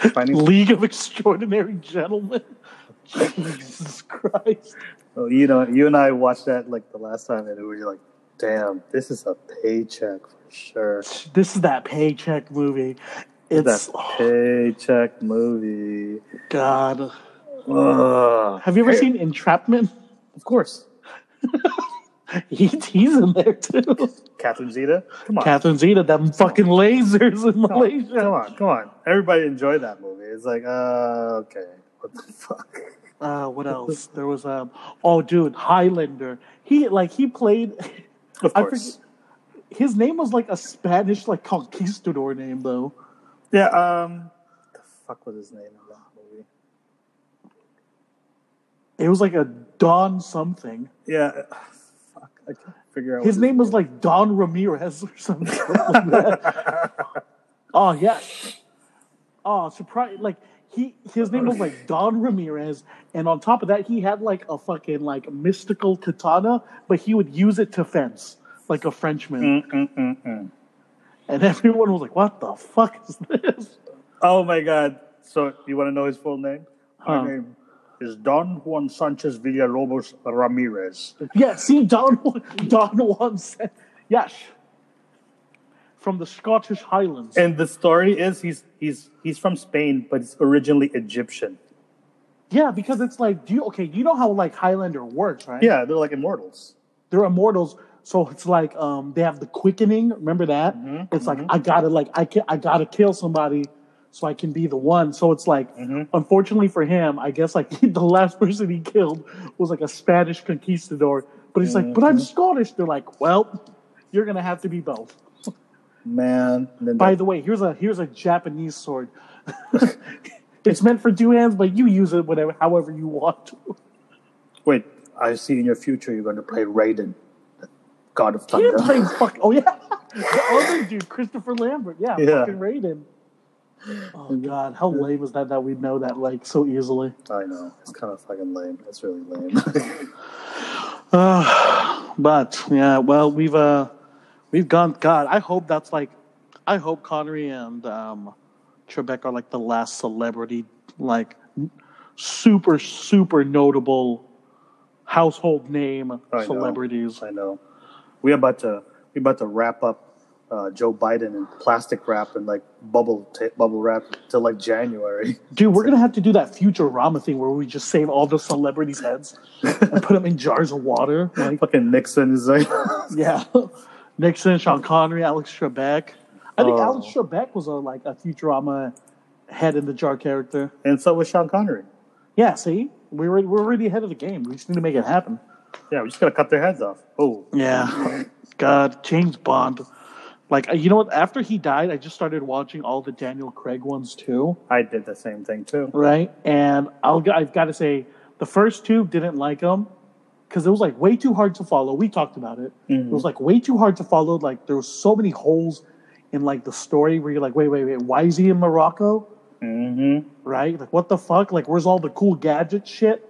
[SPEAKER 3] finding
[SPEAKER 2] League of Extraordinary Gentlemen. Jesus Christ.
[SPEAKER 3] Well, Oh, you know, you and I watched that like the last time, and we were like, "Damn, this is a paycheck for sure.
[SPEAKER 2] This is that paycheck movie.
[SPEAKER 3] That
[SPEAKER 2] It's oh,
[SPEAKER 3] paycheck movie."
[SPEAKER 2] God.
[SPEAKER 3] Ugh.
[SPEAKER 2] Have you ever
[SPEAKER 3] Hey,
[SPEAKER 2] seen Entrapment?
[SPEAKER 3] Of course,
[SPEAKER 2] He, he's in there too.
[SPEAKER 3] Catherine Zeta. Come on,
[SPEAKER 2] Catherine Zeta, them fucking lasers in
[SPEAKER 3] come on,
[SPEAKER 2] Malaysia.
[SPEAKER 3] come on, come on. Everybody enjoyed that movie. It's like, uh, okay, what the fuck?
[SPEAKER 2] Uh, what else? There was um. Oh, dude, Highlander. He like he played.
[SPEAKER 3] Of
[SPEAKER 2] I
[SPEAKER 3] course,
[SPEAKER 2] His name was like a Spanish like conquistador name though.
[SPEAKER 3] yeah. Um, the fuck was his name in that movie?
[SPEAKER 2] It was like a Don something.
[SPEAKER 3] Yeah, fuck, I can't figure out.
[SPEAKER 2] His
[SPEAKER 3] what
[SPEAKER 2] name was like Don Ramirez or something. like that. Oh yeah. Oh, surprise! Like he, his name was like Don Ramirez, and on top of that, he had like a fucking like mystical katana, but he would use it to fence like a Frenchman. And everyone was like, "What the fuck is this?"
[SPEAKER 3] Oh my God! So you want to know his full name?
[SPEAKER 2] Huh.
[SPEAKER 3] My name is Don Juan Sanchez Villalobos Ramirez.
[SPEAKER 2] Yeah, see, Don Don Juan said, "Yes." From the Scottish Highlands.
[SPEAKER 3] And the story is he's he's he's from Spain, but he's originally Egyptian.
[SPEAKER 2] yeah, because it's like, do you okay? You know how like Highlander works, right?
[SPEAKER 3] Yeah, they're like immortals.
[SPEAKER 2] they're immortals so it's like um they have the quickening remember that it's like i gotta like i can i gotta kill somebody so i can be the one so it's like unfortunately for him i guess like the last person he killed was like a spanish conquistador but he's like but i'm scottish they're like well you're gonna have to be both
[SPEAKER 3] Man, and then
[SPEAKER 2] by
[SPEAKER 3] that-
[SPEAKER 2] the way here's a here's a japanese sword it's meant for two hands but you use it whatever however you want to
[SPEAKER 3] wait, I see in your future you're going to play Raiden, the God of
[SPEAKER 2] He
[SPEAKER 3] Thunder.
[SPEAKER 2] didn't play fuck. Oh yeah, the other dude, Christopher Lambert. Yeah,
[SPEAKER 3] Yeah.
[SPEAKER 2] fucking Raiden. Oh god, how lame is that that we know that like so easily?
[SPEAKER 3] I know it's kind of fucking lame. It's really lame.
[SPEAKER 2] But yeah, well we've uh we've gone. God, I hope that's like, I hope Connery and um, Trebek are like the last celebrity like super super notable household name
[SPEAKER 3] I know.
[SPEAKER 2] celebrities.
[SPEAKER 3] I know. We're about to we're about to wrap up uh, Joe Biden in plastic wrap and like bubble ta bubble wrap till like January.
[SPEAKER 2] Dude, we're gonna have to do that Futurama thing where we just save all the celebrities' heads and put them in jars of water. Like,
[SPEAKER 3] Fucking Nixon is like,
[SPEAKER 2] yeah, Nixon, Sean Connery, Alex Trebek. I think
[SPEAKER 3] Oh.
[SPEAKER 2] Alex Trebek was a, like a Futurama head in the jar character.
[SPEAKER 3] and so was Sean Connery.
[SPEAKER 2] Yeah, see, we were we're already ahead of the game. We just need to make it happen.
[SPEAKER 3] Yeah, we just gotta cut their heads off. Oh,
[SPEAKER 2] Yeah, God, James Bond. Like you know what? After he died, I just started watching all the Daniel Craig ones too.
[SPEAKER 3] I did the same thing too.
[SPEAKER 2] right? And I'll g- I've got to say, the first two didn't like them because it was like way too hard to follow. We talked about it. It was like way too hard to follow. Like there was so many holes in like the story where you're like, wait, wait, wait, why is he in Morocco?
[SPEAKER 3] Mm-hmm.
[SPEAKER 2] Right? Like what the fuck? Like where's all the cool gadget shit?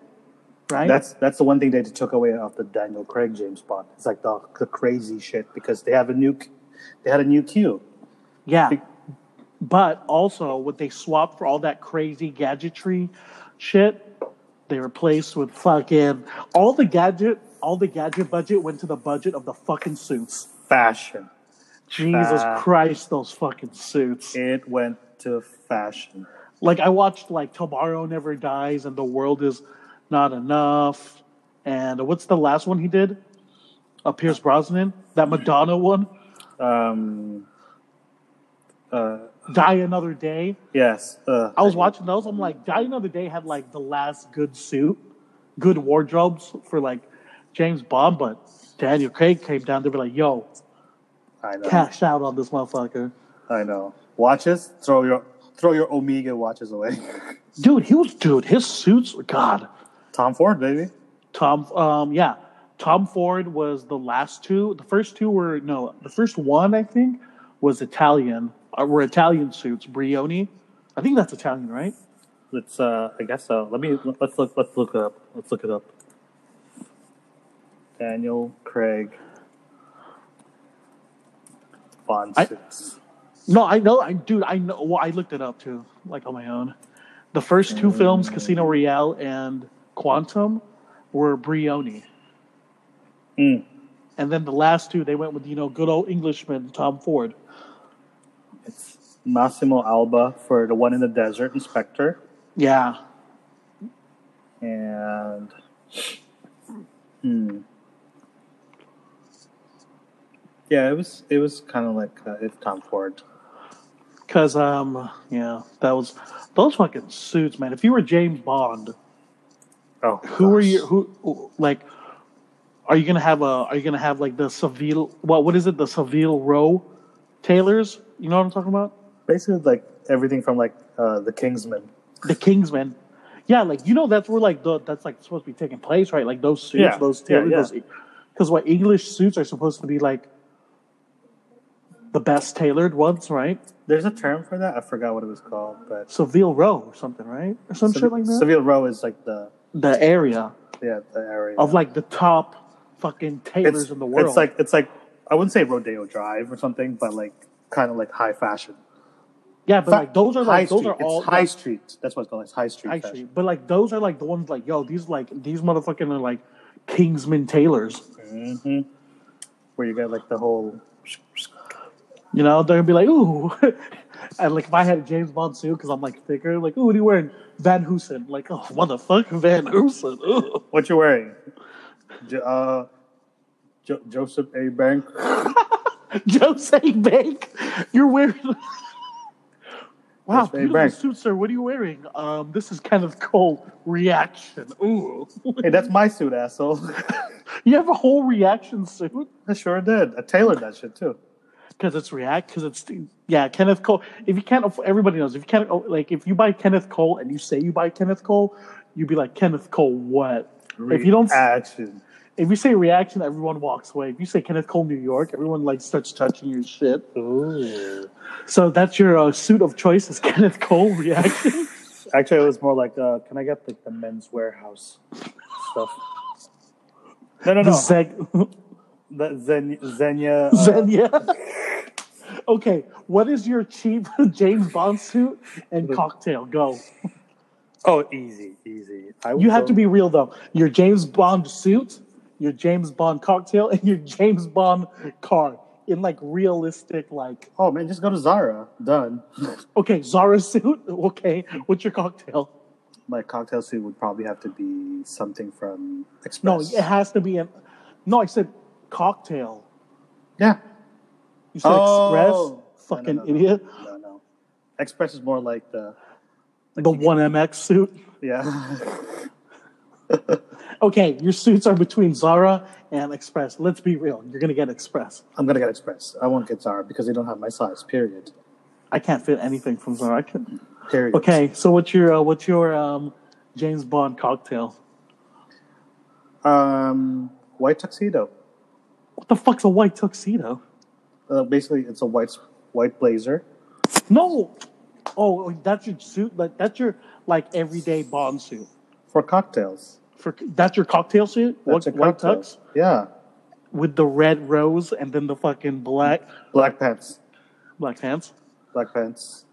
[SPEAKER 2] Right?
[SPEAKER 3] That's that's the one thing they took away off the Daniel Craig James Bond. It's like the, the crazy shit because they have a new, they had a new cue.
[SPEAKER 2] yeah. But also, what they swapped for all that crazy gadgetry shit, they replaced with fucking all the gadget. All the gadget budget went to the budget of the fucking suits.
[SPEAKER 3] Fashion.
[SPEAKER 2] Jesus
[SPEAKER 3] Uh,
[SPEAKER 2] Christ, those fucking suits.
[SPEAKER 3] It went to fashion.
[SPEAKER 2] Like I watched like Tomorrow Never Dies and The World Is Not Enough. And what's the last one he did? Uh, Pierce Brosnan, that Madonna one,
[SPEAKER 3] Um, uh,
[SPEAKER 2] Die Another Day.
[SPEAKER 3] yes. Uh,
[SPEAKER 2] I was watching those. I'm like, Die Another Day had like the last good suit, good wardrobes for like James Bond, but Daniel Craig came down there and be like, yo,
[SPEAKER 3] I know.
[SPEAKER 2] cash out on this motherfucker.
[SPEAKER 3] I know. Watches. Throw your throw your Omega watches away.
[SPEAKER 2] Dude, he was, dude, his suits, God.
[SPEAKER 3] Tom Ford, baby.
[SPEAKER 2] Tom, um, yeah, Tom Ford was the last two. The first two were no, the first one I think was Italian. Uh, were Italian suits Brioni? I think that's Italian, right?
[SPEAKER 3] Let's. Uh, I guess so. Let me. Let's look. Let's look it up. Let's look it up. Daniel Craig. Bond
[SPEAKER 2] I-
[SPEAKER 3] suits.
[SPEAKER 2] No, I know, I dude, I know. Well, I looked it up too, like on my own. The first two films, Casino Royale and Quantum, were Brioni,
[SPEAKER 3] Mm.
[SPEAKER 2] and then the last two they went with you know good old Englishman Tom Ford.
[SPEAKER 3] It's Massimo Alba for the one in the desert, Inspector,
[SPEAKER 2] Yeah,
[SPEAKER 3] and hmm. Yeah, it was it was kind of like uh, if Tom Ford.
[SPEAKER 2] Cause um yeah, that was those fucking suits, man. If you were James Bond,
[SPEAKER 3] Oh,
[SPEAKER 2] who are
[SPEAKER 3] gosh.
[SPEAKER 2] you? Who like? Are you gonna have a? Are you gonna have like the Seville? What what is it? The Seville Row tailors? You know what I'm talking about?
[SPEAKER 3] basically like everything from like uh, the Kingsman.
[SPEAKER 2] The Kingsmen. Yeah, like you know that's where like the that's like supposed to be taking place, right? Like those suits,
[SPEAKER 3] Yeah,
[SPEAKER 2] those
[SPEAKER 3] yeah,
[SPEAKER 2] tailors,
[SPEAKER 3] yeah.
[SPEAKER 2] those. Because what English suits are supposed to be like the best tailored ones, right?
[SPEAKER 3] There's a term for that. I forgot what it was called, but
[SPEAKER 2] Seville Row or something, right? Or some shit like that.
[SPEAKER 3] Seville Row is like the
[SPEAKER 2] the area.
[SPEAKER 3] yeah the area
[SPEAKER 2] of like the top fucking tailors
[SPEAKER 3] it's,
[SPEAKER 2] in the world.
[SPEAKER 3] It's like it's like I wouldn't say Rodeo Drive or something, but like kind of like high fashion.
[SPEAKER 2] yeah, but like those are
[SPEAKER 3] high
[SPEAKER 2] like those
[SPEAKER 3] street.
[SPEAKER 2] are all
[SPEAKER 3] it's high street. That's what it's called. It's high street.
[SPEAKER 2] high
[SPEAKER 3] fashion.
[SPEAKER 2] street. But like those are like the ones like yo, these like these motherfucking are like Kingsman tailors.
[SPEAKER 3] where you got like the whole
[SPEAKER 2] You know, they're gonna be like ooh, and like if I had a James Bond suit because I'm like thicker, like ooh, what are you wearing? Van Hoosen. Like oh motherfucker, Van Hoosen. Ooh.
[SPEAKER 3] what you wearing. Jo- uh, jo- Joseph A. Bank.
[SPEAKER 2] Jose Bank, you're wearing. Wow,
[SPEAKER 3] Jose
[SPEAKER 2] beautiful
[SPEAKER 3] Bank.
[SPEAKER 2] suit, sir. What are you wearing? Um, this is kind of cold. Reaction. Ooh.
[SPEAKER 3] Hey, that's my suit, asshole.
[SPEAKER 2] You have a whole reaction suit
[SPEAKER 3] I sure did. I tailored that shit too.
[SPEAKER 2] because it's react because it's yeah Kenneth Cole. If you can't, aff- everybody knows. If you can't, oh, like if you buy Kenneth Cole and you say you buy Kenneth Cole, you'd be like Kenneth Cole what? If you don't,
[SPEAKER 3] action,
[SPEAKER 2] if you say reaction, everyone walks away. If you say Kenneth Cole New York, everyone like starts touching your shit. So that's your uh, suit of choice is Kenneth Cole reaction.
[SPEAKER 3] Actually, it was more like, uh, can I get like the men's warehouse stuff? No, no,
[SPEAKER 2] The
[SPEAKER 3] no.
[SPEAKER 2] Zeg-
[SPEAKER 3] the Zen- Xenia. uh,
[SPEAKER 2] Zen, yeah. okay, what is your cheap James Bond suit and cocktail? Go.
[SPEAKER 3] oh, easy, easy. I would
[SPEAKER 2] You have
[SPEAKER 3] go-
[SPEAKER 2] to be real though. Your James Bond suit, your James Bond cocktail, and your James Bond car. in like realistic like
[SPEAKER 3] Oh man, just go to Zara. Done.
[SPEAKER 2] okay Zara suit okay what's your cocktail?
[SPEAKER 3] My cocktail suit would probably have to be something from
[SPEAKER 2] No,
[SPEAKER 3] Express.
[SPEAKER 2] it has to be an. No, I said cocktail.
[SPEAKER 3] Yeah.
[SPEAKER 2] You said
[SPEAKER 3] Oh.
[SPEAKER 2] express.
[SPEAKER 3] No, no,
[SPEAKER 2] Fucking
[SPEAKER 3] no, no.
[SPEAKER 2] idiot.
[SPEAKER 3] No, no. Express is more like the
[SPEAKER 2] The one MX suit.
[SPEAKER 3] yeah.
[SPEAKER 2] Okay, your suits are between Zara and Express. Let's be real. You're gonna get Express.
[SPEAKER 3] I'm gonna get Express. I won't get Zara because they don't have my size. Period.
[SPEAKER 2] I can't fit anything from Zara. I can
[SPEAKER 3] Period.
[SPEAKER 2] Okay, so what's your uh, what's your um, James Bond cocktail?
[SPEAKER 3] Um, white tuxedo.
[SPEAKER 2] What the fuck's a white tuxedo?
[SPEAKER 3] Uh, basically, it's a white white blazer.
[SPEAKER 2] No. Oh, that's your suit. Like that's your like everyday Bond suit.
[SPEAKER 3] for cocktails.
[SPEAKER 2] For that's your cocktail suit.
[SPEAKER 3] That's
[SPEAKER 2] White-
[SPEAKER 3] a
[SPEAKER 2] white
[SPEAKER 3] cocktail.
[SPEAKER 2] tux?
[SPEAKER 3] Yeah,
[SPEAKER 2] with the red rose and then the fucking black
[SPEAKER 3] black pants,
[SPEAKER 2] black pants.
[SPEAKER 3] black pants.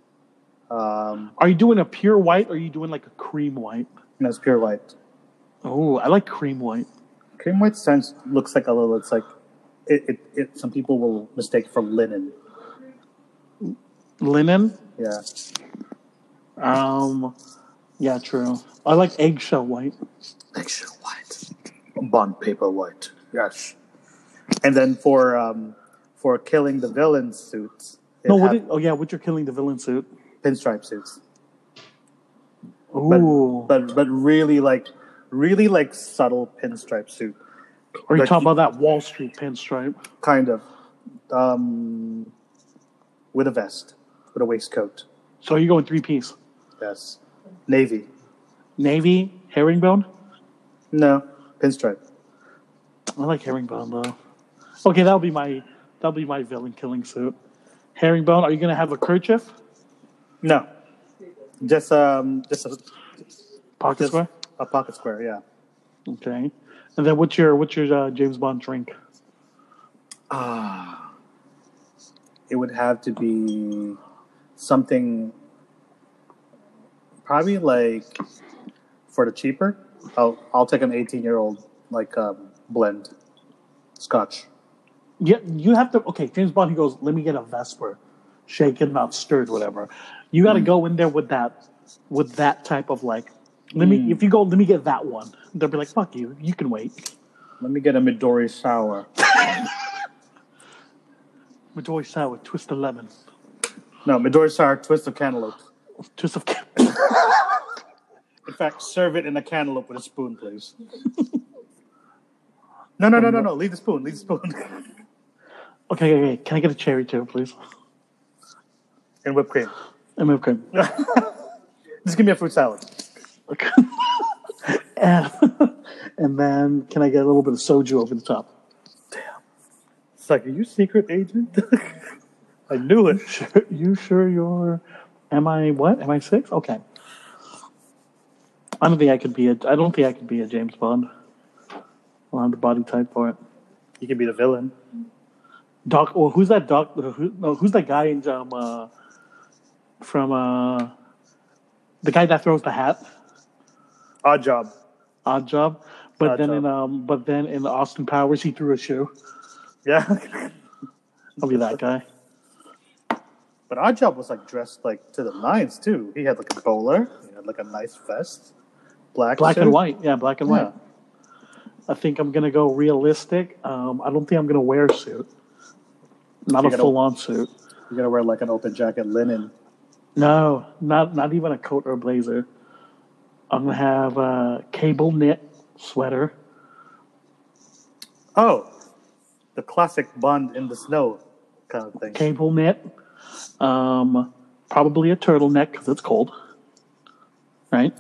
[SPEAKER 3] Um,
[SPEAKER 2] Are you doing a pure white or are you doing like a cream white?
[SPEAKER 3] no, it's pure white.
[SPEAKER 2] Oh, I like cream white.
[SPEAKER 3] Cream white sounds looks like a little. It's like it. it, it some people will mistake it for linen.
[SPEAKER 2] Linen?
[SPEAKER 3] Yeah,
[SPEAKER 2] Um yeah, true. I like eggshell white.
[SPEAKER 3] extra white, bond paper white. Yes. And then for um, for killing the villain suits, it
[SPEAKER 2] no, what
[SPEAKER 3] had
[SPEAKER 2] did- oh yeah, what you're killing the villain suit.
[SPEAKER 3] pinstripe suits. But,
[SPEAKER 2] Ooh.
[SPEAKER 3] but but really like really like subtle pinstripe suit.
[SPEAKER 2] are you
[SPEAKER 3] but-
[SPEAKER 2] talking about that Wall Street pinstripe?
[SPEAKER 3] kind of um, with a vest with a waistcoat
[SPEAKER 2] So are you going three piece?
[SPEAKER 3] yes navy
[SPEAKER 2] Navy, herringbone?
[SPEAKER 3] no pinstripe
[SPEAKER 2] I like herringbone though. Okay, that'll be my that'll be my villain killing suit. Herringbone, are you gonna have a kerchief?
[SPEAKER 3] no just um just a,
[SPEAKER 2] Pocket
[SPEAKER 3] just
[SPEAKER 2] square?
[SPEAKER 3] a pocket square yeah
[SPEAKER 2] Okay. And then what's your what's your uh, James Bond drink?
[SPEAKER 3] ah it would have to be something probably like for the cheaper i'll i'll take an 18 year old like um, blend scotch
[SPEAKER 2] Yeah, you have to. Okay, James Bond. He goes, "Let me get a Vesper, shaken, not stirred, whatever." You got to go in there with that, with that type of like. Let me. If you go, let me get that one. They'll be like, "Fuck you. You can wait."
[SPEAKER 3] let me get a midori sour
[SPEAKER 2] Midori sour, twist of lemon,
[SPEAKER 3] no midori sour twist of cantaloupe
[SPEAKER 2] twist of.
[SPEAKER 3] In fact, serve it in a cantaloupe with a spoon, please. No, no, no, no, no. Leave the spoon. Leave the spoon.
[SPEAKER 2] okay, okay, okay. Can I get a cherry too, please?
[SPEAKER 3] and whipped cream.
[SPEAKER 2] And whipped cream.
[SPEAKER 3] Just give me a fruit salad.
[SPEAKER 2] Okay. and, and then can I get a little bit of soju over the top?
[SPEAKER 3] It's like, are you secret agent? I knew it.
[SPEAKER 2] Sure, you sure you're? Am I what? Am I six? Okay. I don't think I could be a. I don't think I could be a James Bond. I'll have the body type for it.
[SPEAKER 3] You can be the villain.
[SPEAKER 2] Doc. Or who's that doc? Who, no, who's that guy in um, uh, from uh, the guy that throws the hat?
[SPEAKER 3] Odd job.
[SPEAKER 2] Odd job. But
[SPEAKER 3] Odd
[SPEAKER 2] then
[SPEAKER 3] Job.
[SPEAKER 2] in um, but then in Austin Powers, he threw a shoe.
[SPEAKER 3] Yeah.
[SPEAKER 2] I'll be that guy.
[SPEAKER 3] But Odd Job was like dressed like to the nines too. He had like a bowler. He had like a nice vest. Black.
[SPEAKER 2] Black and
[SPEAKER 3] suit.
[SPEAKER 2] white. Yeah, black and
[SPEAKER 3] Yeah.
[SPEAKER 2] white. I think I'm gonna go realistic. Um, I don't think I'm gonna wear a suit. Not
[SPEAKER 3] You
[SPEAKER 2] a
[SPEAKER 3] gotta-
[SPEAKER 2] full on suit.
[SPEAKER 3] You gotta wear like an open jacket, linen.
[SPEAKER 2] No, not not even a coat or blazer. I'm gonna have a cable knit sweater.
[SPEAKER 3] Oh, the classic Bond in the snow kind of thing.
[SPEAKER 2] Cable knit. Um, probably a turtleneck because it's cold. Right?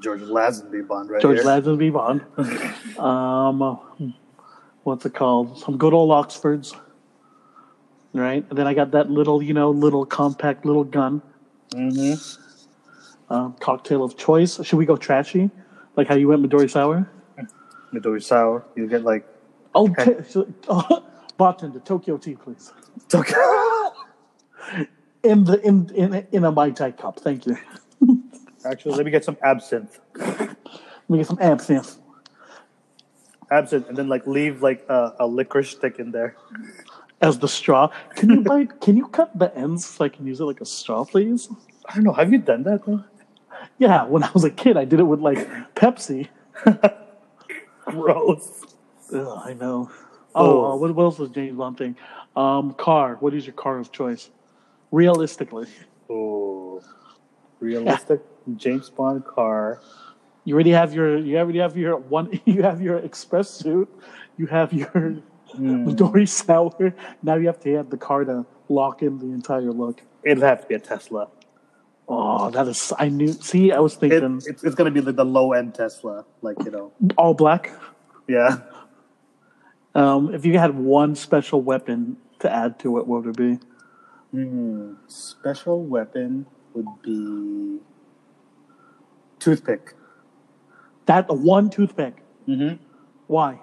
[SPEAKER 3] George Lazenby Bond, right
[SPEAKER 2] George
[SPEAKER 3] here.
[SPEAKER 2] Lazenby Bond. um, what's it called? Some good old Oxfords. Right? And then I got that little, you know, little compact little gun.
[SPEAKER 3] Mhm.
[SPEAKER 2] Um, cocktail of choice. Should we go trashy? Like how you went Midori Sour?
[SPEAKER 3] Midori sour. You get like
[SPEAKER 2] Oh, t- oh, bartender, Tokyo tea, please. In the in in in a mai tai cup, thank you.
[SPEAKER 3] Actually, let me get some absinthe.
[SPEAKER 2] Let me get some absinthe.
[SPEAKER 3] Absinthe, and then like leave like a, a licorice stick in there.
[SPEAKER 2] as the straw. Can you buy? Can you cut the ends so I can use it like a straw, please?
[SPEAKER 3] I don't know. Have you done that though?
[SPEAKER 2] Yeah, when I was a kid, I did it with like Pepsi.
[SPEAKER 3] Gross.
[SPEAKER 2] Ugh, I know. Oh,
[SPEAKER 3] Oh.
[SPEAKER 2] uh, what, what else was James Bond thing? Um, car. What is your car of choice? Realistically,
[SPEAKER 3] Oh, realistic James Bond car.
[SPEAKER 2] you already have your. You already have your one. You have your express suit. You have your Midori Sour. Now you have to have the car to lock in the entire look.
[SPEAKER 3] It'll have to be a Tesla.
[SPEAKER 2] Oh, that is. I knew. See, I was
[SPEAKER 1] It,
[SPEAKER 2] thinking
[SPEAKER 1] it's it's gonna be like the low end Tesla, like you know.
[SPEAKER 2] all black.
[SPEAKER 3] Yeah.
[SPEAKER 2] Um, if you had one special weapon to add to it, what would it be?
[SPEAKER 3] Special weapon would be toothpick.
[SPEAKER 2] That one toothpick.
[SPEAKER 3] Mhm.
[SPEAKER 2] Why?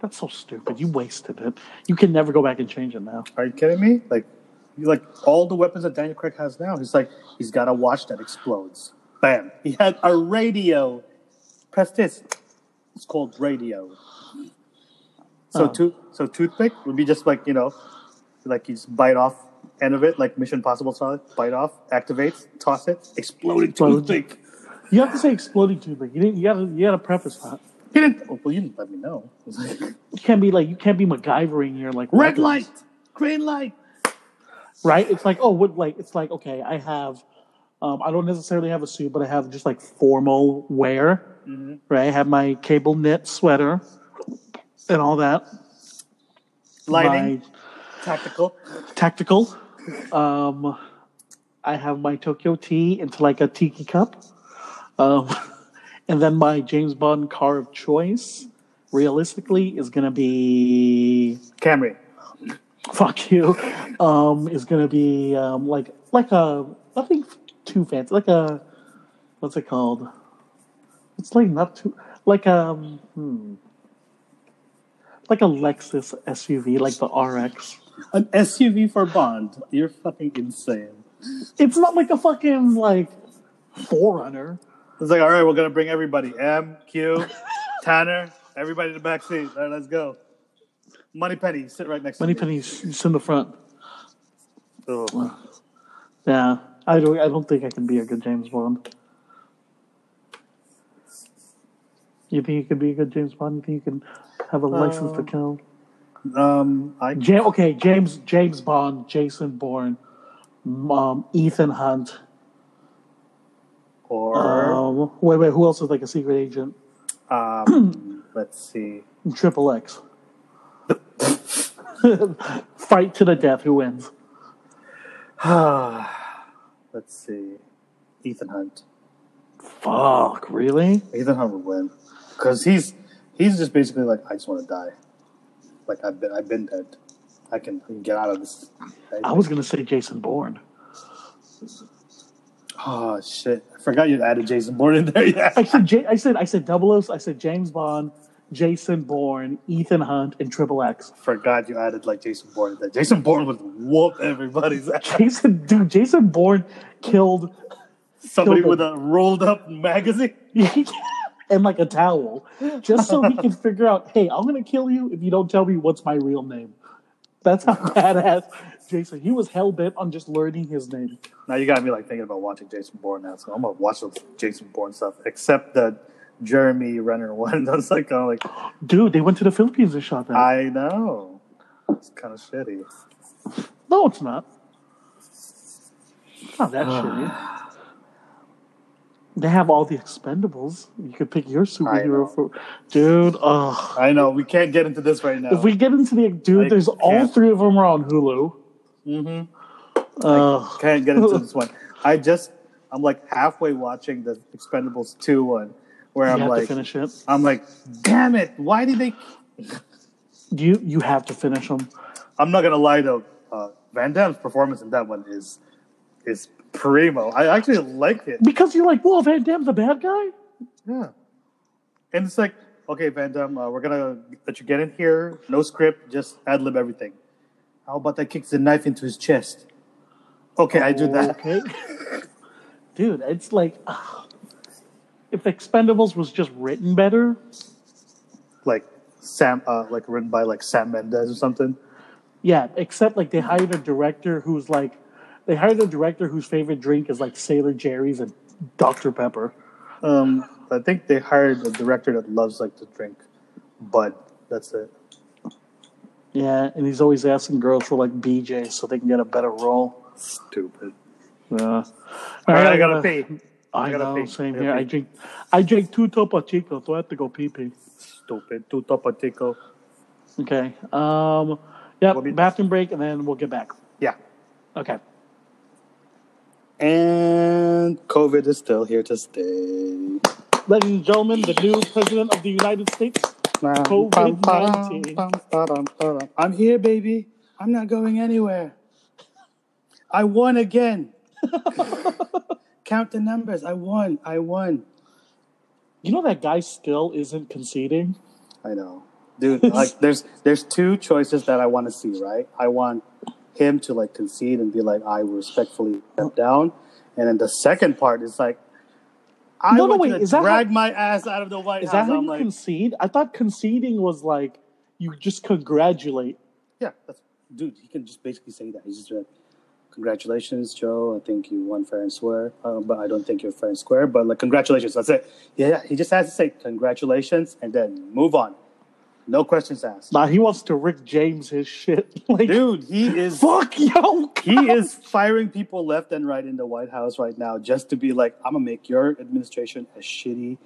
[SPEAKER 2] That's so stupid. You wasted it. You can never go back and change it now.
[SPEAKER 3] Are you kidding me? Like, you- like all the weapons that Daniel Craig has now, he's like, he's got a watch that explodes. Bam. He had a radio. Press this. It's called radio. So
[SPEAKER 2] Oh.
[SPEAKER 3] tooth, so toothpick would be just like you know, like you just bite off end of it, like Mission Impossible style. Bite off, activates, toss it, exploding
[SPEAKER 2] Explodes.
[SPEAKER 3] toothpick.
[SPEAKER 2] You have to say exploding toothpick. You didn't. You gotta. You gotta preface that.
[SPEAKER 3] He didn't. oh, Well, you didn't let me know. It's like,
[SPEAKER 2] You can't be like. You can't be MacGyvering your like
[SPEAKER 3] Red
[SPEAKER 2] weapons,
[SPEAKER 3] light, green light.
[SPEAKER 2] Right. It's like oh, what like it's like okay. I have. Um, I don't necessarily have a suit, but I have just like formal wear.
[SPEAKER 3] Mm-hmm.
[SPEAKER 2] Right. I have my cable knit sweater and all that. My
[SPEAKER 3] Lighting, tactical.
[SPEAKER 2] tactical. Um, I have my Tokyo tea into like a tiki cup, um, and then my James Bond car of choice, realistically, is gonna be
[SPEAKER 3] Camry.
[SPEAKER 2] fuck you, um, is gonna be um, like like a nothing too fancy, like a what's it called? It's like not too like um hmm, like a Lexus SUV, like the RX.
[SPEAKER 3] An SUV for Bond. You're fucking insane.
[SPEAKER 2] It's not like a fucking like forerunner.
[SPEAKER 3] It's like, all right, we're gonna bring everybody. M, Q, Tanner, everybody in the back seat. All right, let's go. Money Penny, sit right next
[SPEAKER 2] Money
[SPEAKER 3] to me.
[SPEAKER 2] pennies just in the front.
[SPEAKER 3] Money Penny.
[SPEAKER 2] Yeah, I don't. I don't think I can be a good James Bond. You think you could be a good James Bond? You think you can have a license to kill?
[SPEAKER 3] Um, I
[SPEAKER 2] Ja- okay, James James Bond, Jason Bourne, um, Ethan Hunt.
[SPEAKER 3] or
[SPEAKER 2] Um, wait, wait. Who else is like a secret agent? Uh,
[SPEAKER 3] um, let's see.
[SPEAKER 2] Triple X. Fight to the death. Who wins?
[SPEAKER 3] Let's see. Ethan Hunt.
[SPEAKER 2] Fuck, really?
[SPEAKER 3] Ethan Hunt would win because he's he's just basically like, I just want to die. Like I've been I've been dead. I can, I can get out of this.
[SPEAKER 2] I was gonna say Jason Bourne.
[SPEAKER 3] Oh shit! I forgot you added Jason Bourne in there. Yeah.
[SPEAKER 2] I said, J- I said, I said, double O. I said James Bond, Jason Bourne, Ethan Hunt, and Triple X.
[SPEAKER 3] forgot you added like Jason Bourne. in there. Jason Bourne would whoop everybody's ass.
[SPEAKER 2] Jason, dude, Jason Bourne killed
[SPEAKER 3] Somebody
[SPEAKER 2] Killed
[SPEAKER 3] with a rolled up magazine.
[SPEAKER 2] and like a towel, just so he could figure out, hey, I'm gonna kill you if you don't tell me what's my real name. That's how badass Jason. He was hell bent on just learning his name.
[SPEAKER 3] Now you got me like thinking about watching Jason Bourne now, so I'm gonna watch the Jason Bourne stuff, except the Jeremy Renner one. I was like, kind of like,
[SPEAKER 2] Dude, they went to the Philippines and shot that.
[SPEAKER 3] I know. It's kind of shitty.
[SPEAKER 2] no, it's not. It's not that shitty.
[SPEAKER 3] Uh,
[SPEAKER 2] They have all the expendables. You could pick your
[SPEAKER 3] know.
[SPEAKER 2] superhero for, dude. Ugh.
[SPEAKER 3] I know. We can't get into this right now.
[SPEAKER 2] If we get into the dude,
[SPEAKER 3] I
[SPEAKER 2] there's all
[SPEAKER 3] can't.
[SPEAKER 2] three of them are on Hulu. Mm-hmm. Uh,
[SPEAKER 3] can't get into this one. I just, I'm like halfway watching the Expendables two one, where
[SPEAKER 2] you
[SPEAKER 3] I'm
[SPEAKER 2] have to
[SPEAKER 3] like,
[SPEAKER 2] finish it.
[SPEAKER 3] I'm like, damn it! Why did they?
[SPEAKER 2] You you have to finish them.
[SPEAKER 3] I'm not gonna lie though. Uh, Van Damme's performance in that one is is primo. I actually like it.
[SPEAKER 2] because you're like, whoa, Van Damme's a bad guy.
[SPEAKER 3] Yeah. And it's like, okay, Van Damme, uh, we're gonna let you get in here. No script, just ad lib everything. How about that kicks the knife into his chest? Oh, Okay, I do that.
[SPEAKER 2] Okay, dude, it's like ah. if Expendables was just written better,
[SPEAKER 3] Like Sam, uh, like written by like Sam Mendes or something.
[SPEAKER 2] Yeah, except like they hired a director who's like, they hired a director whose favorite drink is like Sailor Jerry's and Dr Pepper.
[SPEAKER 3] Um, I think they hired a director that loves like to drink, but that's it.
[SPEAKER 2] Yeah, and he's always asking girls for like BJ's so they can get a better role.
[SPEAKER 3] Stupid.
[SPEAKER 2] Yeah. All
[SPEAKER 3] All right, I
[SPEAKER 2] uh,
[SPEAKER 3] gotta pee.
[SPEAKER 2] I,
[SPEAKER 3] I gotta
[SPEAKER 2] know,
[SPEAKER 3] pee.
[SPEAKER 2] same
[SPEAKER 3] I gotta
[SPEAKER 2] here. I
[SPEAKER 3] pee.
[SPEAKER 2] drink, I drink two Topo Chico, so I have to go pee pee.
[SPEAKER 3] Stupid. Tu tapatico.
[SPEAKER 2] Okay. Um, yep.
[SPEAKER 3] We'll be-
[SPEAKER 2] bathroom break, and then we'll get back.
[SPEAKER 3] Yeah.
[SPEAKER 2] Okay.
[SPEAKER 3] And COVID is still here to stay.
[SPEAKER 2] Ladies and gentlemen, the new president of the United States. COVID-19.
[SPEAKER 3] COVID-19. I'm here, baby. I'm not going anywhere. I won again. Count the numbers. I won. I won.
[SPEAKER 2] You know that guy still isn't conceding.
[SPEAKER 3] I know, dude. Like, there's there's two choices that I want to see. Right, I want him to like concede and be like, I respectfully step down, and then the second part is like, I
[SPEAKER 2] No, no,
[SPEAKER 3] want
[SPEAKER 2] wait,
[SPEAKER 3] you to
[SPEAKER 2] is that
[SPEAKER 3] drag my ass out of the White
[SPEAKER 2] Is that
[SPEAKER 3] House.
[SPEAKER 2] how
[SPEAKER 3] I'm
[SPEAKER 2] you
[SPEAKER 3] like,
[SPEAKER 2] concede? I thought conceding was like you just congratulate.
[SPEAKER 3] yeah, that's, dude. He can just basically say that. He's just like, congratulations, Joe. I think you won fair and square, um, but I don't think you're fair and square. But like, congratulations. That's it. Yeah, he just has to say congratulations and then move on. No questions asked.
[SPEAKER 2] Nah, he wants to Rick James his shit. Like,
[SPEAKER 3] Dude, he is
[SPEAKER 2] fuck yo.
[SPEAKER 3] he is firing people left and right in the White House right now just to be like, I'm gonna make your administration as shitty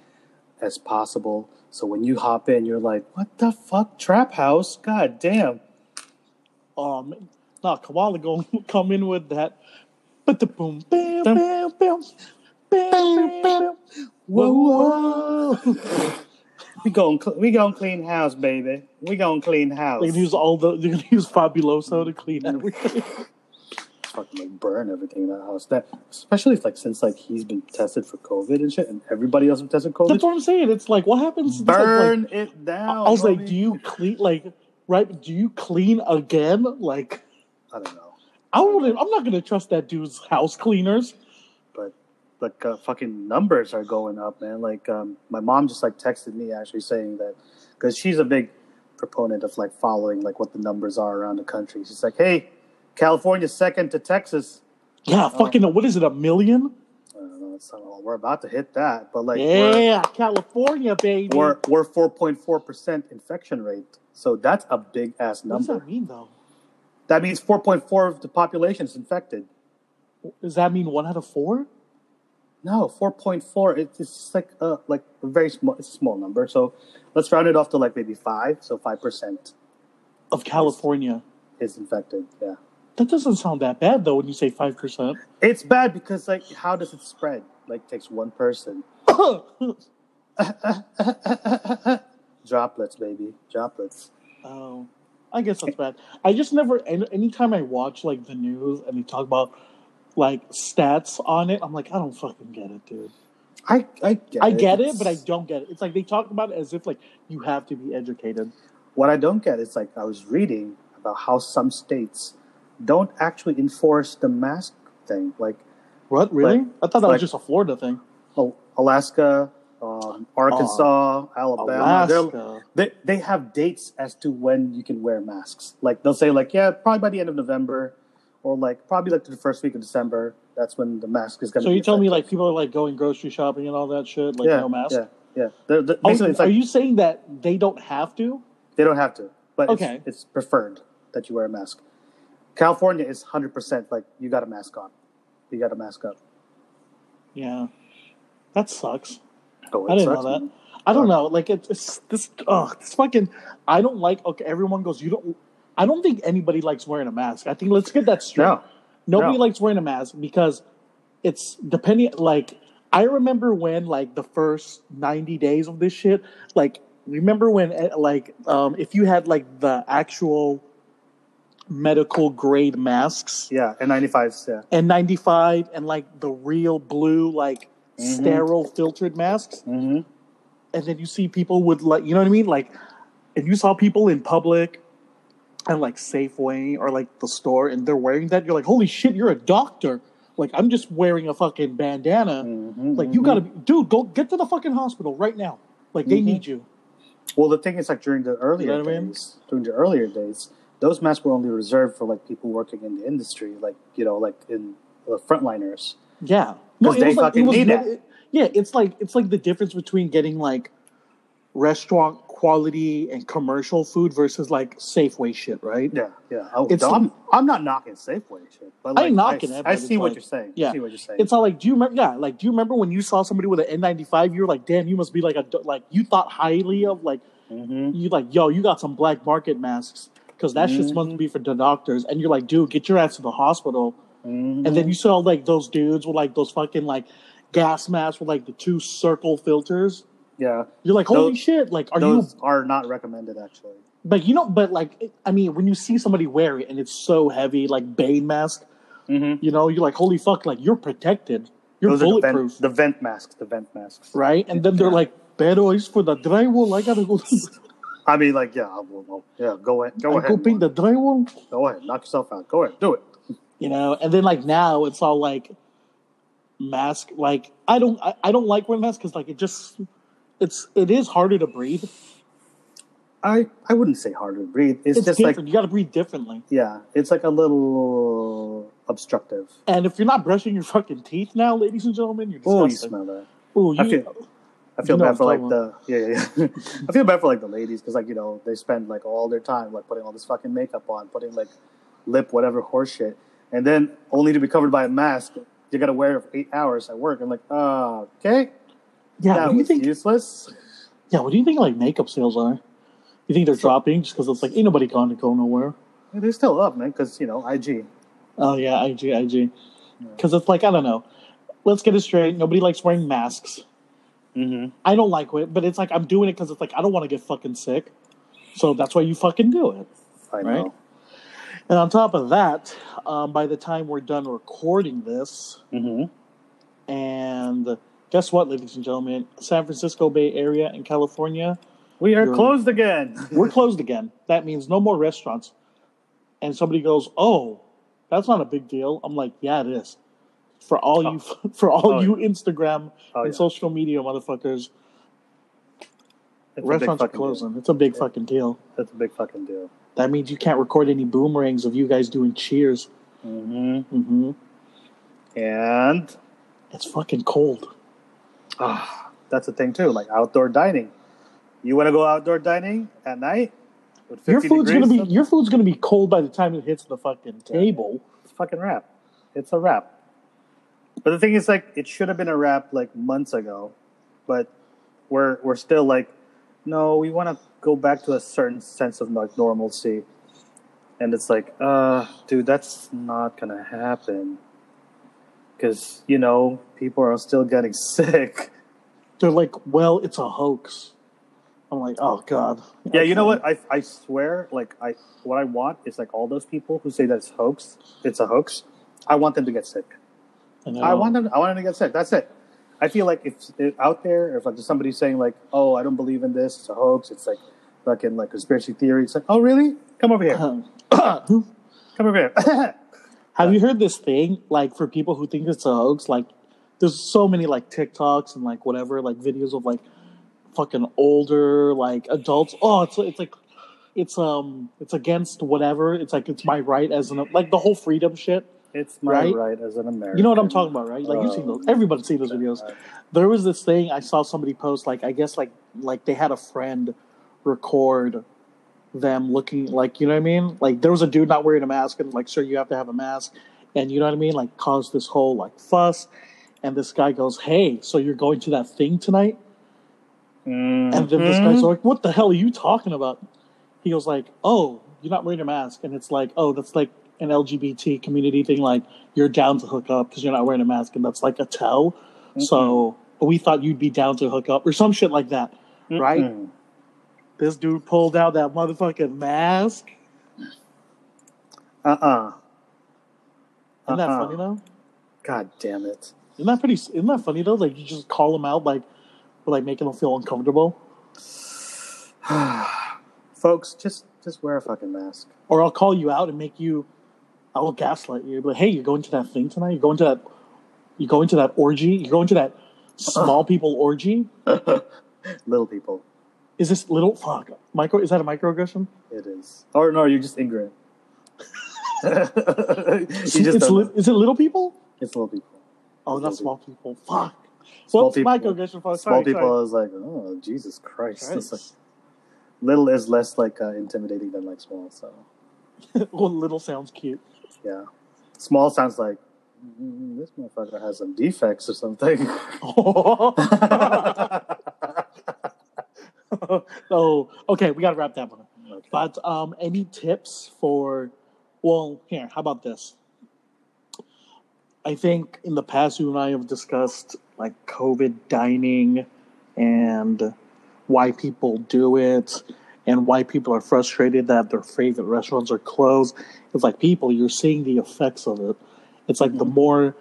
[SPEAKER 3] as possible. So when you hop in, you're like, what the fuck, trap house? God damn.
[SPEAKER 2] Um, nah, Kamala gonna come in with that. But the boom, bam, bam, bam, bam, bam, bam.
[SPEAKER 3] Whoa, whoa. we going cl- we going clean house, baby. We going clean house.
[SPEAKER 2] They can use all the. They can use Fabuloso to clean everything.
[SPEAKER 3] fucking like burn everything in that house. That especially if like since like he's been tested for COVID and shit, and everybody else been tested for
[SPEAKER 2] That's
[SPEAKER 3] COVID.
[SPEAKER 2] what I'm saying. It's like, what happens? It's like-
[SPEAKER 3] Burn
[SPEAKER 2] like-
[SPEAKER 3] it down.
[SPEAKER 2] I was like,
[SPEAKER 3] homie.
[SPEAKER 2] do you clean like right? Do you clean again? Like,
[SPEAKER 3] I don't know.
[SPEAKER 2] I wouldn't. I'm not gonna trust that dude's house cleaners.
[SPEAKER 3] but like uh, fucking numbers are going up, man. Like um, my mom just like texted me actually saying that because she's a big proponent of like following like what the numbers are around the country. She's like, hey, California's second to Texas.
[SPEAKER 2] Yeah, fucking. What is it? A million?
[SPEAKER 3] I don't know, it's not, well, we're about to hit that, but like
[SPEAKER 2] yeah, California, baby.
[SPEAKER 3] we're we're four point four percent infection rate, so that's a big ass
[SPEAKER 2] what does
[SPEAKER 3] number.
[SPEAKER 2] that mean, though?
[SPEAKER 3] That means four point four of the population is infected.
[SPEAKER 2] Does that mean one out of four?
[SPEAKER 3] No, four point four. It's just like uh like a very small. It's a small number. So let's round it off to like maybe five. So five percent
[SPEAKER 2] of California.
[SPEAKER 3] is infected. Yeah,
[SPEAKER 2] That doesn't sound that bad though when you say five percent.
[SPEAKER 3] it's bad because like how does it spread? Like takes one person.
[SPEAKER 2] oh,
[SPEAKER 3] Droplets, baby. Droplets.
[SPEAKER 2] I guess that's bad. I just never. an- Anytime I watch like the news and they talk about like stats on it, I'm like, I don't fucking get it, dude.
[SPEAKER 3] I I get
[SPEAKER 2] I
[SPEAKER 3] it.
[SPEAKER 2] get it,
[SPEAKER 3] It's-
[SPEAKER 2] but I don't get it. It's like they talk about it as if like you have to be educated.
[SPEAKER 3] What I don't get is like I was reading about how some states don't actually enforce the mask thing. Like
[SPEAKER 2] What really?
[SPEAKER 3] Like-
[SPEAKER 2] I thought that
[SPEAKER 3] like-
[SPEAKER 2] was just a Florida thing.
[SPEAKER 3] Al- Alaska, um, Arkansas, Alabama. They're-
[SPEAKER 2] Oh. Alaska.
[SPEAKER 3] they they have dates as to when you can wear masks. Like they'll say like yeah, probably by the end of November, or like probably like the first week of December. That's when the mask is going to.
[SPEAKER 2] So
[SPEAKER 3] be
[SPEAKER 2] you tell me
[SPEAKER 3] effective.
[SPEAKER 2] like people are like going grocery shopping and all that shit, like
[SPEAKER 3] yeah,
[SPEAKER 2] no mask.
[SPEAKER 3] yeah, yeah. They're, they're-
[SPEAKER 2] Oh,
[SPEAKER 3] basically, it's
[SPEAKER 2] are
[SPEAKER 3] like
[SPEAKER 2] you saying that they don't have to?
[SPEAKER 3] they don't have to, but
[SPEAKER 2] Okay.
[SPEAKER 3] it's, it's preferred that you wear a mask. California is hundred percent like you got a mask on, you got a mask up.
[SPEAKER 2] Yeah, that sucks.
[SPEAKER 3] Oh, it
[SPEAKER 2] I didn't
[SPEAKER 3] sucks,
[SPEAKER 2] know that.
[SPEAKER 3] man.
[SPEAKER 2] I don't know. Like it's, it's this. Oh, this fucking. I don't like. Okay, everyone goes. You don't. I don't think anybody likes wearing a mask. I think let's get that straight.
[SPEAKER 3] No,
[SPEAKER 2] Nobody
[SPEAKER 3] no.
[SPEAKER 2] likes wearing a mask because it's depending. Like I remember when like the first ninety days of this shit. Like remember when eh, like um if you had like the actual medical grade masks
[SPEAKER 3] yeah, and ninety five. Yeah,
[SPEAKER 2] and 95 and like the real blue like
[SPEAKER 3] Mhm.
[SPEAKER 2] sterile filtered masks
[SPEAKER 3] mm-hmm.
[SPEAKER 2] and then you see people with like you know what I mean? Like if you saw people in public and like Safeway or like the store and they're wearing that, you're like, holy shit, you're a doctor. Like I'm just wearing a fucking bandana.
[SPEAKER 3] Mm-hmm,
[SPEAKER 2] Like you gotta be dude, go get to the fucking hospital right now. Like they
[SPEAKER 3] Mhm.
[SPEAKER 2] need you.
[SPEAKER 3] Mm-hmm. Well, the thing is, like during the earlier
[SPEAKER 2] what I mean?
[SPEAKER 3] days, during the earlier days, those mats were only reserved for like people working in the industry, like you know, like in uh, frontliners.
[SPEAKER 2] Yeah. No,
[SPEAKER 3] 'Cause
[SPEAKER 2] it
[SPEAKER 3] they
[SPEAKER 2] was like it
[SPEAKER 3] fucking
[SPEAKER 2] was
[SPEAKER 3] need
[SPEAKER 2] not-
[SPEAKER 3] that.
[SPEAKER 2] it- yeah, it's like it's like the difference between getting like restaurant quality and commercial food versus like Safeway shit, right?
[SPEAKER 3] Yeah, yeah. I,
[SPEAKER 2] It's
[SPEAKER 3] I'm, I'm not knocking Safeway shit, but like,
[SPEAKER 2] I ain't knocking
[SPEAKER 3] I,
[SPEAKER 2] it,
[SPEAKER 3] I
[SPEAKER 2] but
[SPEAKER 3] see
[SPEAKER 2] it's
[SPEAKER 3] what
[SPEAKER 2] like-
[SPEAKER 3] you're saying. I
[SPEAKER 2] yeah.
[SPEAKER 3] see what you're saying.
[SPEAKER 2] It's not like do you remember? Yeah, like do you remember when you saw somebody with an N95? You were like, damn, you must be like a like you thought highly of like
[SPEAKER 3] mm-hmm.
[SPEAKER 2] you like yo, you got some black market masks because that shit's supposed to be for the doctors, and you're like, dude, get your ass to the hospital.
[SPEAKER 3] Mm-hmm.
[SPEAKER 2] And then you saw like those dudes with like those fucking like gas masks with like the two circle filters.
[SPEAKER 3] yeah,
[SPEAKER 2] You're like, holy
[SPEAKER 3] Those-
[SPEAKER 2] shit! Like, are you
[SPEAKER 3] those are not recommended actually.
[SPEAKER 2] But you know, but like, it- I mean, when you see somebody wear it and it's so heavy, like Bane mask,
[SPEAKER 3] Mm-hmm.
[SPEAKER 2] you know, you're like, holy fuck, like you're protected, you're
[SPEAKER 3] those are the
[SPEAKER 2] bulletproof,
[SPEAKER 3] vent, the vent masks. The vent masks.
[SPEAKER 2] right? And then they're
[SPEAKER 3] Yeah.
[SPEAKER 2] like, pero it's for the drywall. I gotta go,
[SPEAKER 3] I mean, like, yeah, I will, I'll- yeah. Go ahead. Go
[SPEAKER 2] I
[SPEAKER 3] ahead.
[SPEAKER 2] go paint the drywall,
[SPEAKER 3] Go ahead. Knock yourself out. Go ahead. Do it.
[SPEAKER 2] you know. And then like now, it's all like mask. Like I don't, I, I don't like wearing masks because like it just, it's it is harder to breathe.
[SPEAKER 3] I I wouldn't say hard to breathe. It's,
[SPEAKER 2] It's,
[SPEAKER 3] just
[SPEAKER 2] different.
[SPEAKER 3] like
[SPEAKER 2] you gotta breathe differently.
[SPEAKER 3] yeah, it's like a little obstructive.
[SPEAKER 2] And if you're not brushing your fucking teeth now, ladies and gentlemen, you're
[SPEAKER 3] Oh, you
[SPEAKER 2] disgusting.
[SPEAKER 3] smell that.
[SPEAKER 2] Oh, you,
[SPEAKER 3] I feel I feel
[SPEAKER 2] You know
[SPEAKER 3] bad for
[SPEAKER 2] what
[SPEAKER 3] like
[SPEAKER 2] I'm
[SPEAKER 3] the yeah, yeah, yeah. I feel bad for like the ladies because like you know they spend like all their time like putting all this fucking makeup on, putting like lip whatever horse shit, and then only to be covered by a mask. You gotta wear it for eight hours at work. I'm like, uh, okay,
[SPEAKER 2] yeah.
[SPEAKER 3] that
[SPEAKER 2] what do you
[SPEAKER 3] was
[SPEAKER 2] think?
[SPEAKER 3] useless.
[SPEAKER 2] Yeah, what do you think like makeup sales are? You think they're dropping just because it's like ain't nobody going to go nowhere?
[SPEAKER 3] Yeah, They're still up, man, because you know IG.
[SPEAKER 2] Oh yeah, IG, IG. Because it's like I don't know. Let's get it straight. Nobody likes wearing masks.
[SPEAKER 3] Mm-hmm.
[SPEAKER 2] I don't like it, but it's like I'm doing it because it's like I don't want to get fucking sick. So that's why you fucking do it.
[SPEAKER 3] I know.
[SPEAKER 2] Right. And on top of that, um, by the time we're done recording this,
[SPEAKER 3] Mm-hmm.
[SPEAKER 2] and guess what, ladies and gentlemen, San Francisco Bay Area and California,
[SPEAKER 3] We are
[SPEAKER 2] You're-
[SPEAKER 3] closed again.
[SPEAKER 2] we're closed again. That means no more restaurants. And somebody goes, "Oh, that's not a big deal." I'm like, "Yeah, it is." For all you, for all
[SPEAKER 3] Oh,
[SPEAKER 2] you Instagram
[SPEAKER 3] Oh,
[SPEAKER 2] and
[SPEAKER 3] yeah.
[SPEAKER 2] social media motherfuckers,
[SPEAKER 3] That's a big
[SPEAKER 2] restaurants are
[SPEAKER 3] fucking deal.
[SPEAKER 2] closing. It's a big
[SPEAKER 3] Yeah.
[SPEAKER 2] fucking deal.
[SPEAKER 3] That's a big fucking deal.
[SPEAKER 2] That means you can't record any boomerangs of you guys doing cheers.
[SPEAKER 3] Mm-hmm.
[SPEAKER 2] hmm
[SPEAKER 3] And
[SPEAKER 2] It's fucking cold.
[SPEAKER 3] Ah, that's the thing too. Like outdoor dining, you want to go outdoor dining at night with
[SPEAKER 2] Your
[SPEAKER 3] fifty
[SPEAKER 2] food's
[SPEAKER 3] degrees.
[SPEAKER 2] gonna be your food's gonna be cold by the time it hits the fucking table.
[SPEAKER 3] it's a fucking wrap. It's a wrap. But the thing is, like, it should have been a wrap like months ago, but we're we're still like, no, we want to go back to a certain sense of like normalcy, and it's like, uh, dude, that's not gonna happen, because you know people are still getting sick.
[SPEAKER 2] They're like, "Well, it's a hoax." I'm like, "Oh god."
[SPEAKER 3] Yeah, you know
[SPEAKER 2] Okay.
[SPEAKER 3] what? I, I swear, like I what I want is like all those people who say that it's hoax, it's a hoax. I want them to get sick.
[SPEAKER 2] know.
[SPEAKER 3] I want them. I want them to get sick. That's it. I feel like if, if out there, if like there's somebody saying like, "Oh, I don't believe in this. It's a hoax. It's like fucking like conspiracy theory." It's like, "Oh, really? Come over here.
[SPEAKER 2] Uh-huh.
[SPEAKER 3] Come over here."
[SPEAKER 2] Have you heard this thing? Like for people who think it's a hoax, like there's so many like TikToks and like whatever, like videos of like fucking older like adults. Oh, it's it's like it's um it's against whatever. It's like it's my right as an like the whole freedom shit.
[SPEAKER 3] it's my right?
[SPEAKER 2] Right?
[SPEAKER 3] as an American.
[SPEAKER 2] You know what I'm talking about, right? Like you've seen those. Everybody's seen those videos. There was this thing I saw somebody post. Like I guess like like they had a friend record them looking like you know what I mean. Like there was a dude not wearing a mask and like sure you have to have a mask and you know what I mean. Like caused this whole like fuss. And this guy goes, "Hey, so you're going to that thing tonight?"
[SPEAKER 3] Mm-hmm.
[SPEAKER 2] And then this guy's like, "What the hell are you talking about?" He goes like, "Oh, you're not wearing a mask," and it's like, "Oh, that's like an LGBT community thing. Like you're down to hook up because you're not wearing a mask, and that's like a tell. So we thought you'd be down to hook up or some shit like that, right?"
[SPEAKER 3] Mhm.
[SPEAKER 2] This dude pulled out that motherfucking mask.
[SPEAKER 3] Uh-uh.
[SPEAKER 2] Isn't that
[SPEAKER 3] Uh-uh.
[SPEAKER 2] funny though?
[SPEAKER 3] God damn it.
[SPEAKER 2] Isn't that pretty? Isn't that funny though? Like you just call them out, like for, like making them feel uncomfortable.
[SPEAKER 3] Folks, just just wear a fucking mask.
[SPEAKER 2] or I'll call you out and make you. I'll gaslight you, but hey, you're going to that thing tonight. You're going to that. You're going to
[SPEAKER 3] Uh-huh.
[SPEAKER 2] that orgy. You're going to that small people orgy.
[SPEAKER 3] Little people.
[SPEAKER 2] Is this little fuck micro? Is that a microaggression?
[SPEAKER 3] It is. Or no, you're just ignorant. you
[SPEAKER 2] It's,
[SPEAKER 3] just
[SPEAKER 2] it's
[SPEAKER 3] don't
[SPEAKER 2] li-
[SPEAKER 3] know.
[SPEAKER 2] is it little people?
[SPEAKER 3] it's little people.
[SPEAKER 2] Oh,
[SPEAKER 3] It's
[SPEAKER 2] not small
[SPEAKER 3] little
[SPEAKER 2] people. Fuck.
[SPEAKER 3] Small
[SPEAKER 2] well, it's
[SPEAKER 3] people.
[SPEAKER 2] microaggression. Fuck.
[SPEAKER 3] Small
[SPEAKER 2] Sorry,
[SPEAKER 3] people
[SPEAKER 2] sorry.
[SPEAKER 3] is like, oh Jesus Christ. It's
[SPEAKER 2] Christ.
[SPEAKER 3] like, little is less like uh, intimidating than like small. So
[SPEAKER 2] well, little sounds cute.
[SPEAKER 3] yeah, small sounds like "Mm, this motherfucker has some defects or something.
[SPEAKER 2] oh, okay. We got to wrap that one up. But um, any tips for? Well, here, how about this? I think in the past you and I have discussed like COVID dining and why people do it and why people are frustrated that their favorite restaurants are closed. It's like people, you're seeing the effects of it. It's like the more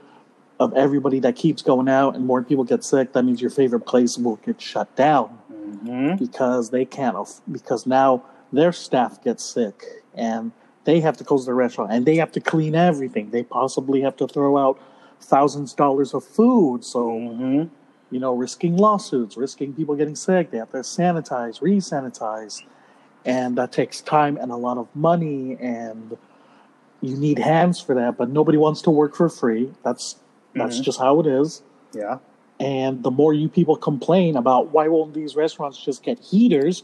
[SPEAKER 2] of everybody that keeps going out and more people get sick, that means your favorite place will get shut down
[SPEAKER 3] hmm
[SPEAKER 2] because they can't aff- because now their staff gets sick and they have to close their restaurant and they have to clean everything they possibly have to throw out thousands of dollars of food so
[SPEAKER 3] hmm
[SPEAKER 2] you know risking lawsuits risking people getting sick they have to sanitize re-sanitize and that takes time and a lot of money and you need hands for that but nobody wants to work for free that's that's
[SPEAKER 3] Mhm.
[SPEAKER 2] just how it is
[SPEAKER 3] Yeah.
[SPEAKER 2] and the more you people complain about why won't these restaurants just get heaters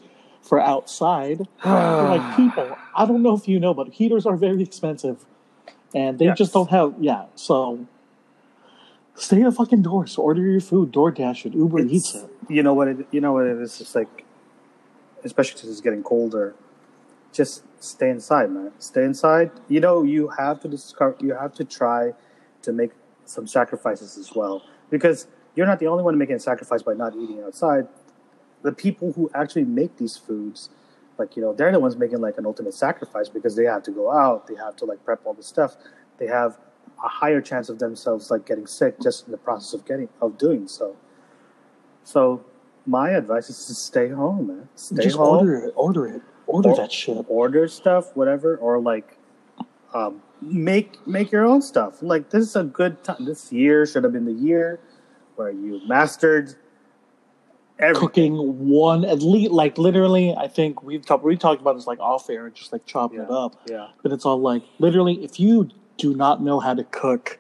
[SPEAKER 2] for outside,
[SPEAKER 3] Ah.
[SPEAKER 2] you're like people. I don't know if you know, but heaters are very expensive, and they
[SPEAKER 3] Yes.
[SPEAKER 2] just don't have. Yeah, so stay the fucking doors. Order your food, DoorDash it, Uber Eats
[SPEAKER 3] It's-
[SPEAKER 2] it.
[SPEAKER 3] you know what it, you know what it is it's like especially because it's getting colder just stay inside man stay inside you know you have to discover you have to try to make some sacrifices as well because you're not the only one making a sacrifice by not eating outside the people who actually make these foods like you know they're the ones making like an ultimate sacrifice because they have to go out they have to like prep all this stuff they have a higher chance of themselves like getting sick just in the process of getting of doing so so my advice is to stay home, man. Stay
[SPEAKER 2] just
[SPEAKER 3] home. Order,
[SPEAKER 2] order it, order it, order
[SPEAKER 3] Or-
[SPEAKER 2] that shit.
[SPEAKER 3] stuff, whatever, or like um, make make your own stuff. Like this is a good time. This year should have been the year where you mastered everything.
[SPEAKER 2] Cooking one at least, like literally, I think we've talked we talked about this like off air, just like chopping it up.
[SPEAKER 3] Yeah.
[SPEAKER 2] But it's all like literally, if you do not know how to cook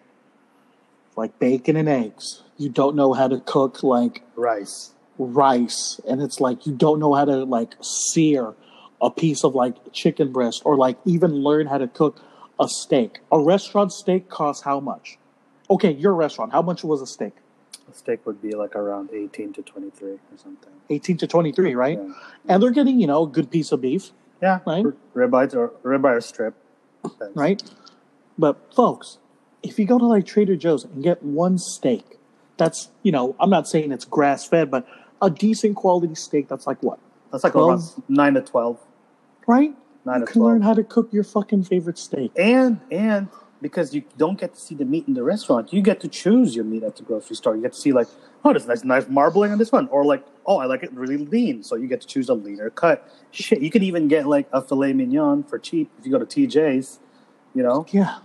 [SPEAKER 2] like bacon and eggs, you don't know how to cook like
[SPEAKER 3] Rice.
[SPEAKER 2] rice, and it's like you don't know how to like sear a piece of like chicken breast or like even learn how to cook a steak. A restaurant steak costs how much? Okay, your restaurant, how much was a steak?
[SPEAKER 3] A steak would be like around eighteen to twenty three or something.
[SPEAKER 2] 18 to 23, right?
[SPEAKER 3] Yeah.
[SPEAKER 2] And they're getting, you know, a good piece of beef,
[SPEAKER 3] Yeah.
[SPEAKER 2] Right.
[SPEAKER 3] R- Ribeye or ribeye or strip. Depends.
[SPEAKER 2] right? But folks, if you go to like Trader Joe's and get one steak, that's, you know, I'm not saying it's grass fed, but a decent quality steak that's like what?
[SPEAKER 3] That's like
[SPEAKER 2] Twelve.
[SPEAKER 3] around nine to twelve.
[SPEAKER 2] Right?
[SPEAKER 3] Nine
[SPEAKER 2] you
[SPEAKER 3] to
[SPEAKER 2] can
[SPEAKER 3] twelve.
[SPEAKER 2] learn how to cook your fucking favorite steak.
[SPEAKER 3] and and because you don't get to see the meat in the restaurant, you get to choose your meat at the grocery store. You get to see like, oh, there's nice, nice marbling on this one, or like, oh, I like it really lean, so you get to choose a leaner cut. Shit, you can even get like a filet mignon for cheap if you go to TJ's. You know,
[SPEAKER 2] Yeah.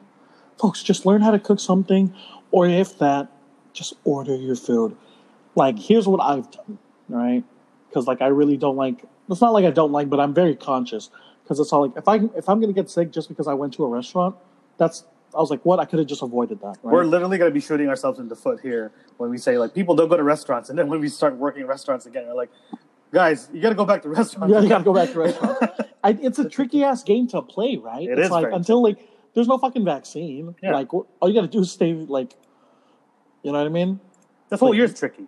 [SPEAKER 2] Folks, just learn how to cook something, or if that, just order your food. Like, here's what I've done, right? Because, like, I really don't like, it's not like I don't like, but I'm very conscious. Because it's all like, if, I, if I'm going to get sick just because I went to a restaurant, that's, I was like, what? I could have just avoided that,
[SPEAKER 3] we're
[SPEAKER 2] right?
[SPEAKER 3] literally gonna be shooting ourselves in the foot here when we say like people don't go to restaurants, and then when we start working restaurants again, we're like, guys, you gotta go back to restaurants.
[SPEAKER 2] Yeah, you gotta go back to restaurants. I, it's a tricky ass game to play, right?
[SPEAKER 3] It
[SPEAKER 2] it's
[SPEAKER 3] is
[SPEAKER 2] like
[SPEAKER 3] very
[SPEAKER 2] until like there's no fucking vaccine.
[SPEAKER 3] Yeah.
[SPEAKER 2] Like wh- all you gotta do is stay like, you know what I mean?
[SPEAKER 3] this whole year's tricky.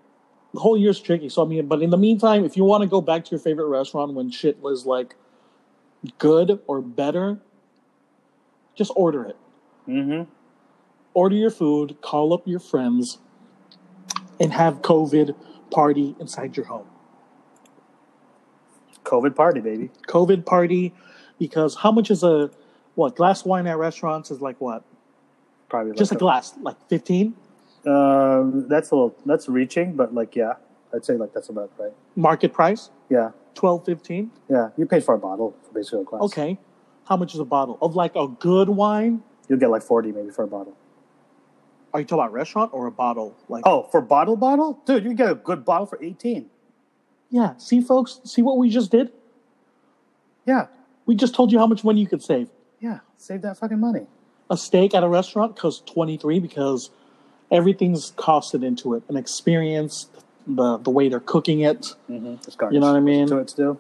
[SPEAKER 2] the whole year's tricky. So I mean, but in the meantime, if you want to go back to your favorite restaurant when shit was like good or better, just order it.
[SPEAKER 3] Mm-hmm.
[SPEAKER 2] Order your food, call up your friends, and have COVID party inside your home.
[SPEAKER 3] COVID party, baby.
[SPEAKER 2] COVID party, because how much is a what glass wine at restaurants is like what?
[SPEAKER 3] Probably like
[SPEAKER 2] Just a glass, like fifteen.
[SPEAKER 3] Um, that's a little that's reaching, but like yeah, I'd say like that's about right.
[SPEAKER 2] Market price
[SPEAKER 3] Yeah,
[SPEAKER 2] 12, 15.
[SPEAKER 3] yeah. You pay for a bottle for basically a glass.
[SPEAKER 2] Okay, how much is a bottle of like a good wine?
[SPEAKER 3] you'll get like forty maybe for a bottle.
[SPEAKER 2] Are you talking about restaurant or a bottle? Like
[SPEAKER 3] Oh, for bottle bottle, dude, you can get a good bottle for eighteen.
[SPEAKER 2] Yeah, see, folks, see what we just did?
[SPEAKER 1] Yeah,
[SPEAKER 2] We just told you how much money you could save.
[SPEAKER 1] yeah. Save that fucking money.
[SPEAKER 2] A steak at a restaurant costs 23 because everything's costed into it an experience, the, the way they're cooking it,
[SPEAKER 3] Mm-hmm. It's garbage.
[SPEAKER 2] you know what I mean?
[SPEAKER 1] So it's still.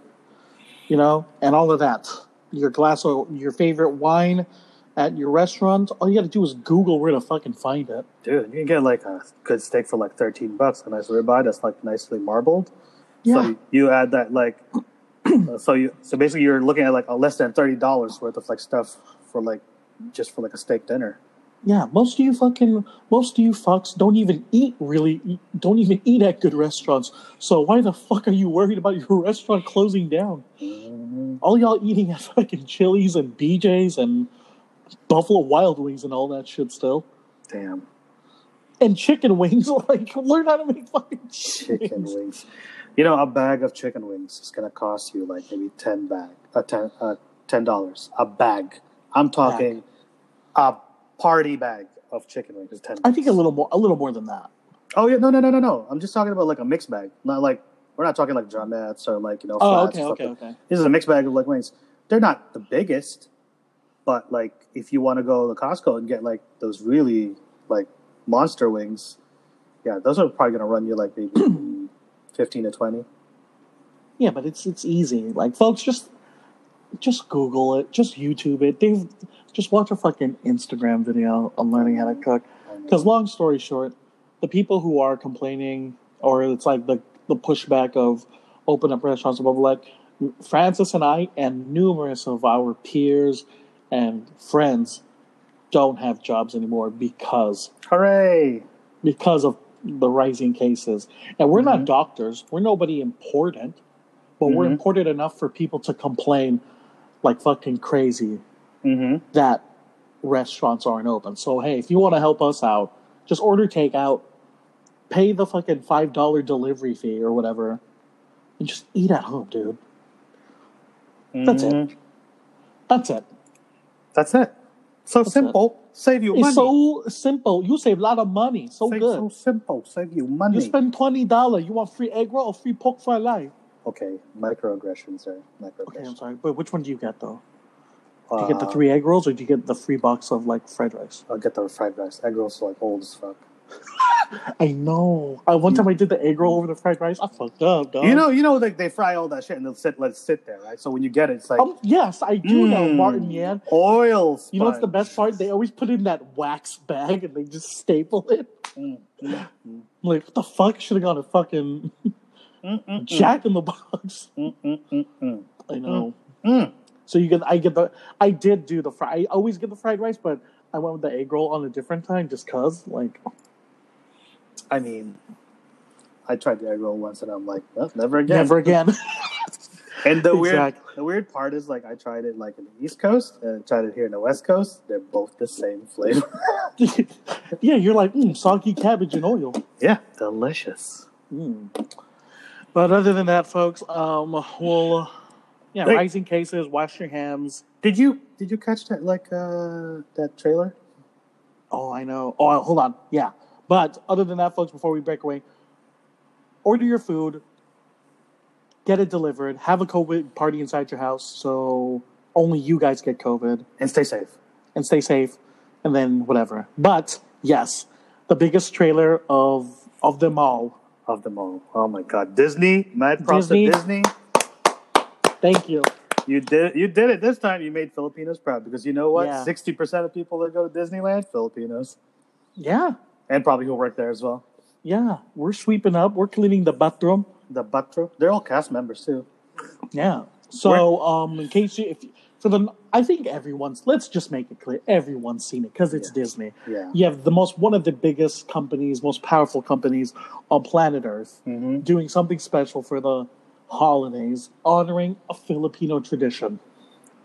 [SPEAKER 2] you know, and all of that. Your glass of your favorite wine at your restaurant. All you got to do is Google where to fucking find it.
[SPEAKER 3] Dude, you can get like a good steak for like 13 bucks, a nice ribeye that's like nicely marbled. So you add that like, uh, so you so basically you're looking at like a less than thirty dollars worth of like stuff for like just for like a steak dinner.
[SPEAKER 2] yeah. Most of you fucking, most of you fucks don't even eat really, don't even eat at good restaurants. So why the fuck are you worried about your restaurant closing down?
[SPEAKER 3] Mm-hmm.
[SPEAKER 2] All y'all eating at fucking Chili's and BJ's and Buffalo Wild Wings and all that shit still.
[SPEAKER 3] Damn,
[SPEAKER 2] And chicken wings, like learn how to make fucking
[SPEAKER 3] chicken wings. You know, a bag of chicken wings is gonna cost you like maybe ten bag, uh, ten uh, ten dollars a bag. I'm talking a party bag of chicken wings is ten.
[SPEAKER 2] I think a
[SPEAKER 3] bucks.
[SPEAKER 2] little more, a little more than that.
[SPEAKER 3] Oh yeah, no, no, no, no, no. I'm just talking about like a mixed bag, not like we're not talking like drumettes or like you know.
[SPEAKER 2] Oh,
[SPEAKER 3] flats
[SPEAKER 2] okay,
[SPEAKER 3] or
[SPEAKER 2] okay,
[SPEAKER 3] something.
[SPEAKER 2] okay.
[SPEAKER 3] This is a mixed bag of like wings. They're not the biggest, but like if you want to go to Costco and get like those really like monster wings, yeah, those are probably gonna run you like maybe fifteen to twenty.
[SPEAKER 2] Yeah, but it's it's easy. Like folks, just just Google it, just YouTube it. They just watch a fucking Instagram video on learning how to cook. Because long story short, the people who are complaining or it's like the the pushback of open up restaurants above like Francis and I and numerous of our peers and friends don't have jobs anymore because
[SPEAKER 3] Hooray!
[SPEAKER 2] because of the rising cases. And we're not
[SPEAKER 3] Mhm.
[SPEAKER 2] doctors, we're nobody important, but we're
[SPEAKER 3] Mhm.
[SPEAKER 2] important enough for people to complain like fucking crazy
[SPEAKER 3] Mm-hmm.
[SPEAKER 2] that restaurants aren't open. So, hey, if you want to help us out, just order takeout, pay the fucking $5 delivery fee or whatever, and just eat at home, dude. That's it. That's it.
[SPEAKER 3] mm-hmm. That's it. So
[SPEAKER 2] That's
[SPEAKER 3] simple. Save you money.
[SPEAKER 2] It's so simple. You save a lot of money. So
[SPEAKER 3] Save-
[SPEAKER 2] Oh, good.
[SPEAKER 3] so simple. Save you money.
[SPEAKER 2] you spend $20. You want free egg roll or free pork fry life?
[SPEAKER 3] okay, microaggressions are
[SPEAKER 2] Okay, I'm
[SPEAKER 3] microaggressions.
[SPEAKER 2] sorry. But which one do you get though? Do you get the
[SPEAKER 3] Uh,
[SPEAKER 2] three egg rolls or do you get the free box of like fried rice?
[SPEAKER 3] I'll get the fried rice. Egg rolls are like old as fuck.
[SPEAKER 2] I know. I Uh, one time I did the egg roll over the fried rice. I fucked up, dog.
[SPEAKER 3] You know, you know, like they fry all that shit and they'll sit, let it sit there, right? So when you get it, it's like
[SPEAKER 2] Um, yes, I do know
[SPEAKER 3] mm,
[SPEAKER 2] Martin Yan.
[SPEAKER 3] oil. Sponge.
[SPEAKER 2] You know what's the best part? They always put it in that wax bag and they just staple it.
[SPEAKER 3] Mm, mm, mm,
[SPEAKER 2] I'm like, what the fuck? Should have gone a fucking
[SPEAKER 3] mm, mm,
[SPEAKER 2] Jack in the Box.
[SPEAKER 3] mm, mm, mm, mm,
[SPEAKER 2] I know.
[SPEAKER 3] mm.
[SPEAKER 2] So you get, I get the, I did do the fry. I always get the fried rice, but I went with the egg roll on a different time just cause, like,
[SPEAKER 3] I mean, I tried the egg roll once and I'm like, "Nope, never again.
[SPEAKER 2] never again.
[SPEAKER 3] And the weird,
[SPEAKER 2] Exactly.
[SPEAKER 3] the weird part is like I tried it like in the East Coast and I tried it here in the West Coast. They're both the same flavor.
[SPEAKER 2] yeah, you're like mm, soggy cabbage and oil.
[SPEAKER 3] yeah, delicious.
[SPEAKER 2] Mm. But other than that, folks, um, well, yeah,
[SPEAKER 3] Hey.
[SPEAKER 2] rising cases. Wash your hands.
[SPEAKER 3] Did you did you catch that like uh that trailer?
[SPEAKER 2] Oh, I know. Oh, hold on. Yeah, but other than that, folks, before we break away, order your food, get it delivered, have a COVID party inside your house, so only you guys get COVID.
[SPEAKER 3] And stay safe.
[SPEAKER 2] and stay safe and then whatever but yes the biggest trailer of of them all
[SPEAKER 3] Of them all. Oh my god. Disney, mad props
[SPEAKER 2] Disney.
[SPEAKER 3] to Disney.
[SPEAKER 2] thank you
[SPEAKER 3] You did you did it this time. You made Filipinos proud because you know
[SPEAKER 2] Yeah.
[SPEAKER 3] what? Sixty percent of people that go to Disneyland Filipinos,
[SPEAKER 2] yeah
[SPEAKER 3] and probably who work there as well.
[SPEAKER 2] yeah we're sweeping up we're cleaning the bathroom
[SPEAKER 3] The Butro, they're all cast members too.
[SPEAKER 2] yeah so um in case you if for the i think everyone's let's just make it clear everyone's seen it because it's
[SPEAKER 3] Yeah.
[SPEAKER 2] disney
[SPEAKER 3] Yeah.
[SPEAKER 2] you have the most one of the biggest companies most powerful companies on planet earth
[SPEAKER 3] Mm-hmm.
[SPEAKER 2] doing something special for the holidays honoring a filipino tradition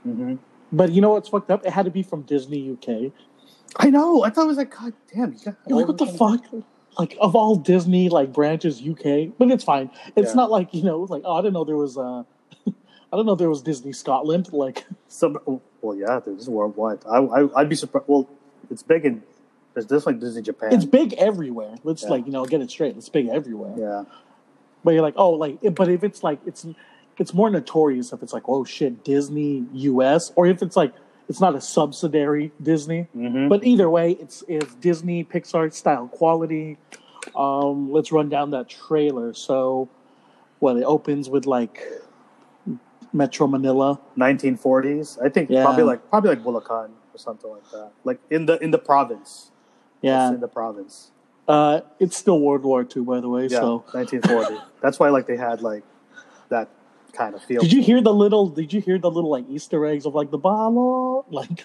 [SPEAKER 3] Mm-hmm.
[SPEAKER 2] But you know what's fucked up? It had to be from Disney UK.
[SPEAKER 3] I know. I thought it was like, God damn, you got
[SPEAKER 2] You're like, what the fuck? Like of all Disney like branches, UK. But it's fine. It's
[SPEAKER 3] Yeah.
[SPEAKER 2] not like you know, like oh, I didn't know there was uh, I don't know there was Disney Scotland. Like
[SPEAKER 3] Some, well, yeah, dude, this is worldwide. I, I, I'd be surprised. Well, it's big in. There's definitely Disney Japan.
[SPEAKER 2] it's big everywhere. Let's
[SPEAKER 3] Yeah.
[SPEAKER 2] like you know get it straight. It's big everywhere.
[SPEAKER 3] yeah.
[SPEAKER 2] But you're like, oh, like, it- but if it's like it's it's more notorious if it's like, oh shit, Disney U.S. or if it's like it's not a subsidiary Disney.
[SPEAKER 3] Mhm.
[SPEAKER 2] But either way, it's it's Disney Pixar style quality. Um, let's run down that trailer. So, well, it opens with like Metro Manila.
[SPEAKER 3] 1940s. I think
[SPEAKER 2] Yeah.
[SPEAKER 3] probably like probably like Bulacan or something like that. Like in the in the province. It's
[SPEAKER 2] Yeah,
[SPEAKER 3] in the province.
[SPEAKER 2] uh, it's still World War II, by the way.
[SPEAKER 3] Yeah,
[SPEAKER 2] So,
[SPEAKER 3] 1940. That's why like they had like that kind of feel.
[SPEAKER 2] did you hear the little? Did you hear the little like Easter eggs of like the balo? Like,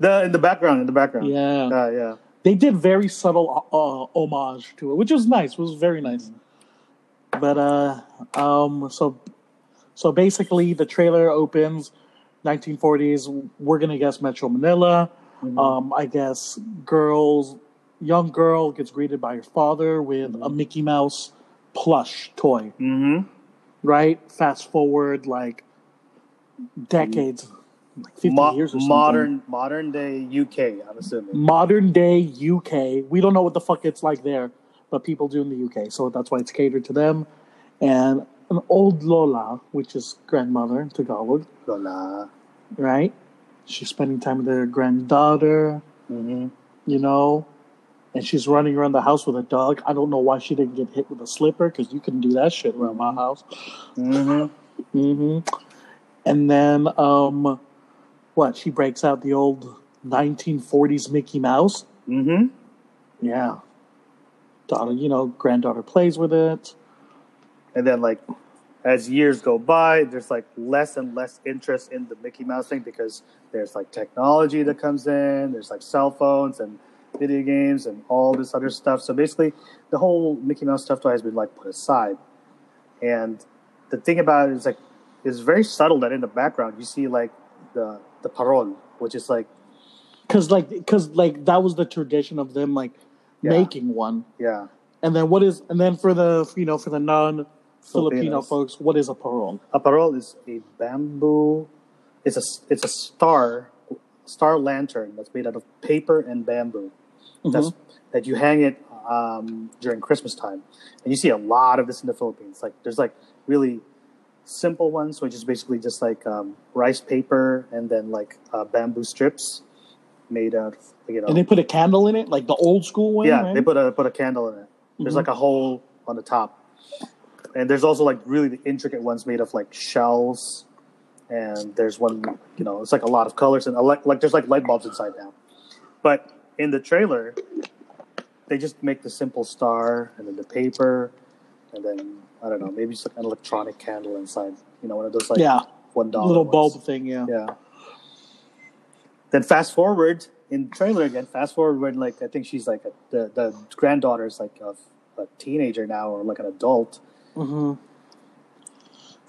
[SPEAKER 3] the in the background, in the background.
[SPEAKER 2] yeah.
[SPEAKER 3] Uh, yeah.
[SPEAKER 2] they did very subtle uh, homage to it, which was nice. It was very nice.
[SPEAKER 3] Mm-hmm.
[SPEAKER 2] But uh, um, so so basically, the trailer opens 1940s. We're gonna guess Metro Manila.
[SPEAKER 3] Mhm.
[SPEAKER 2] Um, I guess girls, young girl gets greeted by her father with a Mickey Mouse plush toy.
[SPEAKER 3] Mm-hmm.
[SPEAKER 2] Right. Fast forward like decades, like 50 years or something. Mm.
[SPEAKER 3] modern modern day UK, I'm assuming.
[SPEAKER 2] modern day UK. We don't know what the fuck it's like there, but people do in the UK, so that's why it's catered to them. And an old Lola, which is grandmother in Tagalog,
[SPEAKER 3] Lola.
[SPEAKER 2] right? She's spending time with her granddaughter,
[SPEAKER 3] Mm-hmm.
[SPEAKER 2] you know, and she's running around the house with a dog. I don't know why she didn't get hit with a slipper because you couldn't do that shit around my house.
[SPEAKER 3] Mm-hmm.
[SPEAKER 2] hmm And then, um, what? She breaks out the old 1940s Mickey Mouse.
[SPEAKER 3] Mm-hmm.
[SPEAKER 2] Yeah. Daughter, you know, granddaughter plays with it.
[SPEAKER 3] And then like as years go by, there's like less and less interest in the Mickey Mouse thing because there's like technology that comes in, there's like cell phones and video games and all this other stuff. So basically, the whole Mickey Mouse stuff has been like put aside. And the thing about it is like it's very subtle that in the background you see like the the parole, which is like
[SPEAKER 2] Cause like, cause like that was the tradition of them like
[SPEAKER 3] Yeah.
[SPEAKER 2] making one.
[SPEAKER 3] yeah,
[SPEAKER 2] And then what is, and then for the, you know, for the non Filipino
[SPEAKER 3] Filipinos.
[SPEAKER 2] folks, what is a parol?
[SPEAKER 3] a parole is a bamboo. It's a it's a star star lantern that's made out of paper and bamboo.
[SPEAKER 2] Mm-hmm.
[SPEAKER 3] that's that you hang it um, during Christmas time, and you see a lot of this in the Philippines. Like there's like really simple ones, which is basically just like um, rice paper and then like uh, bamboo strips made out of you know.
[SPEAKER 2] And they put a candle in it, like the old school one.
[SPEAKER 3] yeah,
[SPEAKER 2] right?
[SPEAKER 3] they put a put a candle in it. There's
[SPEAKER 2] Mhm.
[SPEAKER 3] like a hole on the top, and there's also like really the intricate ones made of like shells. And there's one, you know, it's like a lot of colors and like, like there's like light bulbs inside now. But in the trailer, they just make the simple star and then the paper, and then I don't know, maybe just like an electronic candle inside, you know, one of those like
[SPEAKER 2] yeah,
[SPEAKER 3] one dollar
[SPEAKER 2] little
[SPEAKER 3] ones.
[SPEAKER 2] bulb thing. Yeah.
[SPEAKER 3] Yeah. Then fast forward in trailer again. Fast forward when like I think she's like a, the the granddaughter's like a, a teenager now or like an adult.
[SPEAKER 2] hmm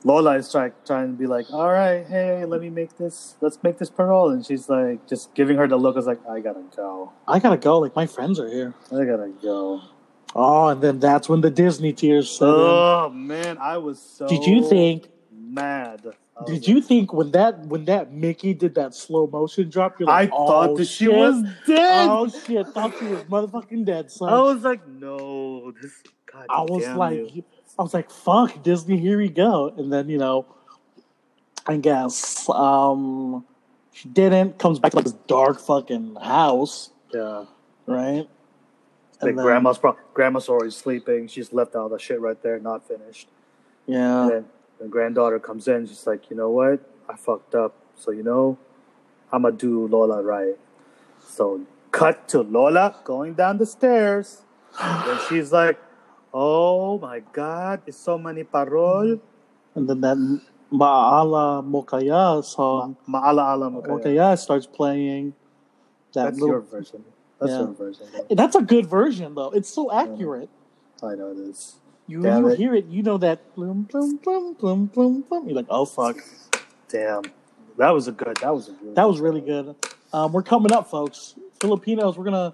[SPEAKER 3] Lola is trying trying to be like, all right, hey, let me make this, let's make this parole, and she's like just giving her the look. I was like, I gotta go,
[SPEAKER 2] I gotta go. Like my friends are here.
[SPEAKER 3] I gotta go.
[SPEAKER 2] Oh, and then that's when the Disney tears. set in.
[SPEAKER 3] Oh man, I was so.
[SPEAKER 2] Did you think?
[SPEAKER 3] mad? I was
[SPEAKER 2] Did
[SPEAKER 3] like-
[SPEAKER 2] you think when that when that Mickey did that slow motion drop? You're like,
[SPEAKER 3] I thought
[SPEAKER 2] "Oh,
[SPEAKER 3] that she
[SPEAKER 2] shit."
[SPEAKER 3] was dead.
[SPEAKER 2] Oh shit! Thought she was motherfucking dead, son.
[SPEAKER 3] I was like, no, this. God
[SPEAKER 2] I was
[SPEAKER 3] damn
[SPEAKER 2] like,
[SPEAKER 3] you.
[SPEAKER 2] I was like, fuck Disney, here we go. And then you know, I guess um, she didn't. Comes back to like this dark fucking house,
[SPEAKER 3] yeah.
[SPEAKER 2] right? then-
[SPEAKER 3] Like grandma's pro- grandma's already sleeping. She's left all the shit right there, not finished.
[SPEAKER 2] Yeah.
[SPEAKER 3] And then the granddaughter comes in. She's like, you know what? I fucked up. So you know, I'ma do Lola right. So cut to Lola going down the stairs. And she's like, oh my god, it's so many parol.
[SPEAKER 2] And then that Maala Mokaya song,
[SPEAKER 3] Maala alam. Okay,
[SPEAKER 2] Mokaya starts playing. That
[SPEAKER 3] that's
[SPEAKER 2] little,
[SPEAKER 3] your version. That's
[SPEAKER 2] Yeah.
[SPEAKER 3] your version.
[SPEAKER 2] that's a good version though. It's so accurate.
[SPEAKER 3] I know it is.
[SPEAKER 2] You,
[SPEAKER 3] Damn
[SPEAKER 2] you
[SPEAKER 3] it.
[SPEAKER 2] hear it, you know that bloom, bloom, bloom, bloom, bloom, bloom. You're like, oh fuck,
[SPEAKER 3] Damn, that was a good. That was a good.
[SPEAKER 2] that was really good. Um, we're coming up, folks. Filipinos, we're gonna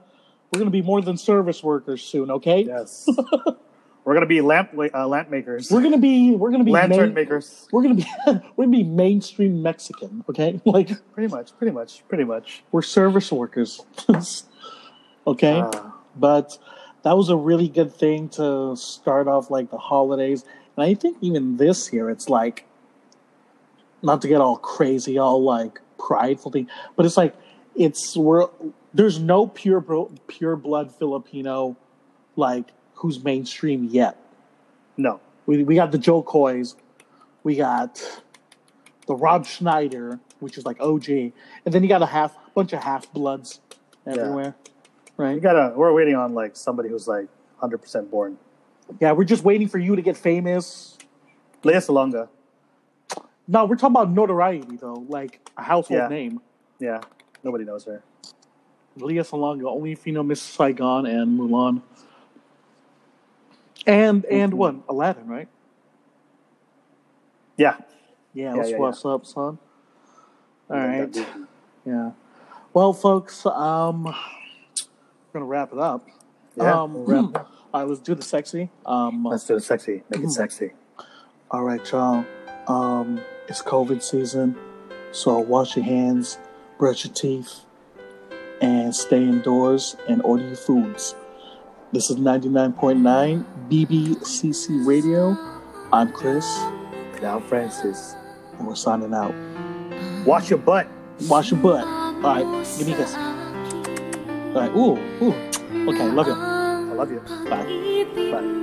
[SPEAKER 2] we're gonna be more than service workers soon. Okay,
[SPEAKER 3] Yes. We're gonna be lamp uh, lamp makers,
[SPEAKER 2] we're gonna be we're gonna be main-
[SPEAKER 3] lantern makers.
[SPEAKER 2] We're gonna be we're gonna be mainstream Mexican. Okay, like
[SPEAKER 3] Pretty much, pretty much, pretty much.
[SPEAKER 2] we're service workers. okay,
[SPEAKER 3] Ah,
[SPEAKER 2] but that was a really good thing to start off like the holidays. And I think even this year, it's like, not to get all crazy, all like prideful thing, but it's like, it's we're there's no pure bro, pure blood Filipino, like who's mainstream yet.
[SPEAKER 3] No.
[SPEAKER 2] We we got the Joe Coys, we got the Rob Schneider, which is like OG, and then you got a half bunch of half bloods everywhere,
[SPEAKER 3] We
[SPEAKER 2] right?
[SPEAKER 3] gotta. We're waiting on like somebody who's like 100 percent born.
[SPEAKER 2] Yeah, we're just waiting for you to get famous.
[SPEAKER 3] Lea Salonga.
[SPEAKER 2] No, we're talking about notoriety though, like a household
[SPEAKER 3] Yeah.
[SPEAKER 2] name.
[SPEAKER 3] Yeah. Nobody knows her.
[SPEAKER 2] Leah Salonga, only female Miss Saigon and Mulan, and and
[SPEAKER 3] Mhm.
[SPEAKER 2] what Aladdin, right?
[SPEAKER 3] Yeah.
[SPEAKER 2] Yeah,
[SPEAKER 3] Yeah,
[SPEAKER 2] that's
[SPEAKER 3] yeah,
[SPEAKER 2] what's up, son. All
[SPEAKER 3] Yeah,
[SPEAKER 2] right.
[SPEAKER 3] that dude.
[SPEAKER 2] Yeah. Well, folks, um, we're gonna wrap it up.
[SPEAKER 3] Yeah.
[SPEAKER 2] Um,
[SPEAKER 3] we'll wrap it up.
[SPEAKER 2] All right, let's do the sexy. Um,
[SPEAKER 3] Let's do it sexy. Make
[SPEAKER 2] Mhm.
[SPEAKER 3] it sexy.
[SPEAKER 2] all right, y'all. Um, it's COVID season, so wash your hands, brush your teeth, and stay indoors and order your foods. This is 99.9 BBCC Radio. I'm Chris,
[SPEAKER 3] Now, Francis,
[SPEAKER 2] and we're signing out.
[SPEAKER 3] wash your butt.
[SPEAKER 2] Wash your butt. All right, give me this. All right, ooh, ooh. Okay, love you.
[SPEAKER 3] I love you.
[SPEAKER 2] Bye.
[SPEAKER 3] Bye.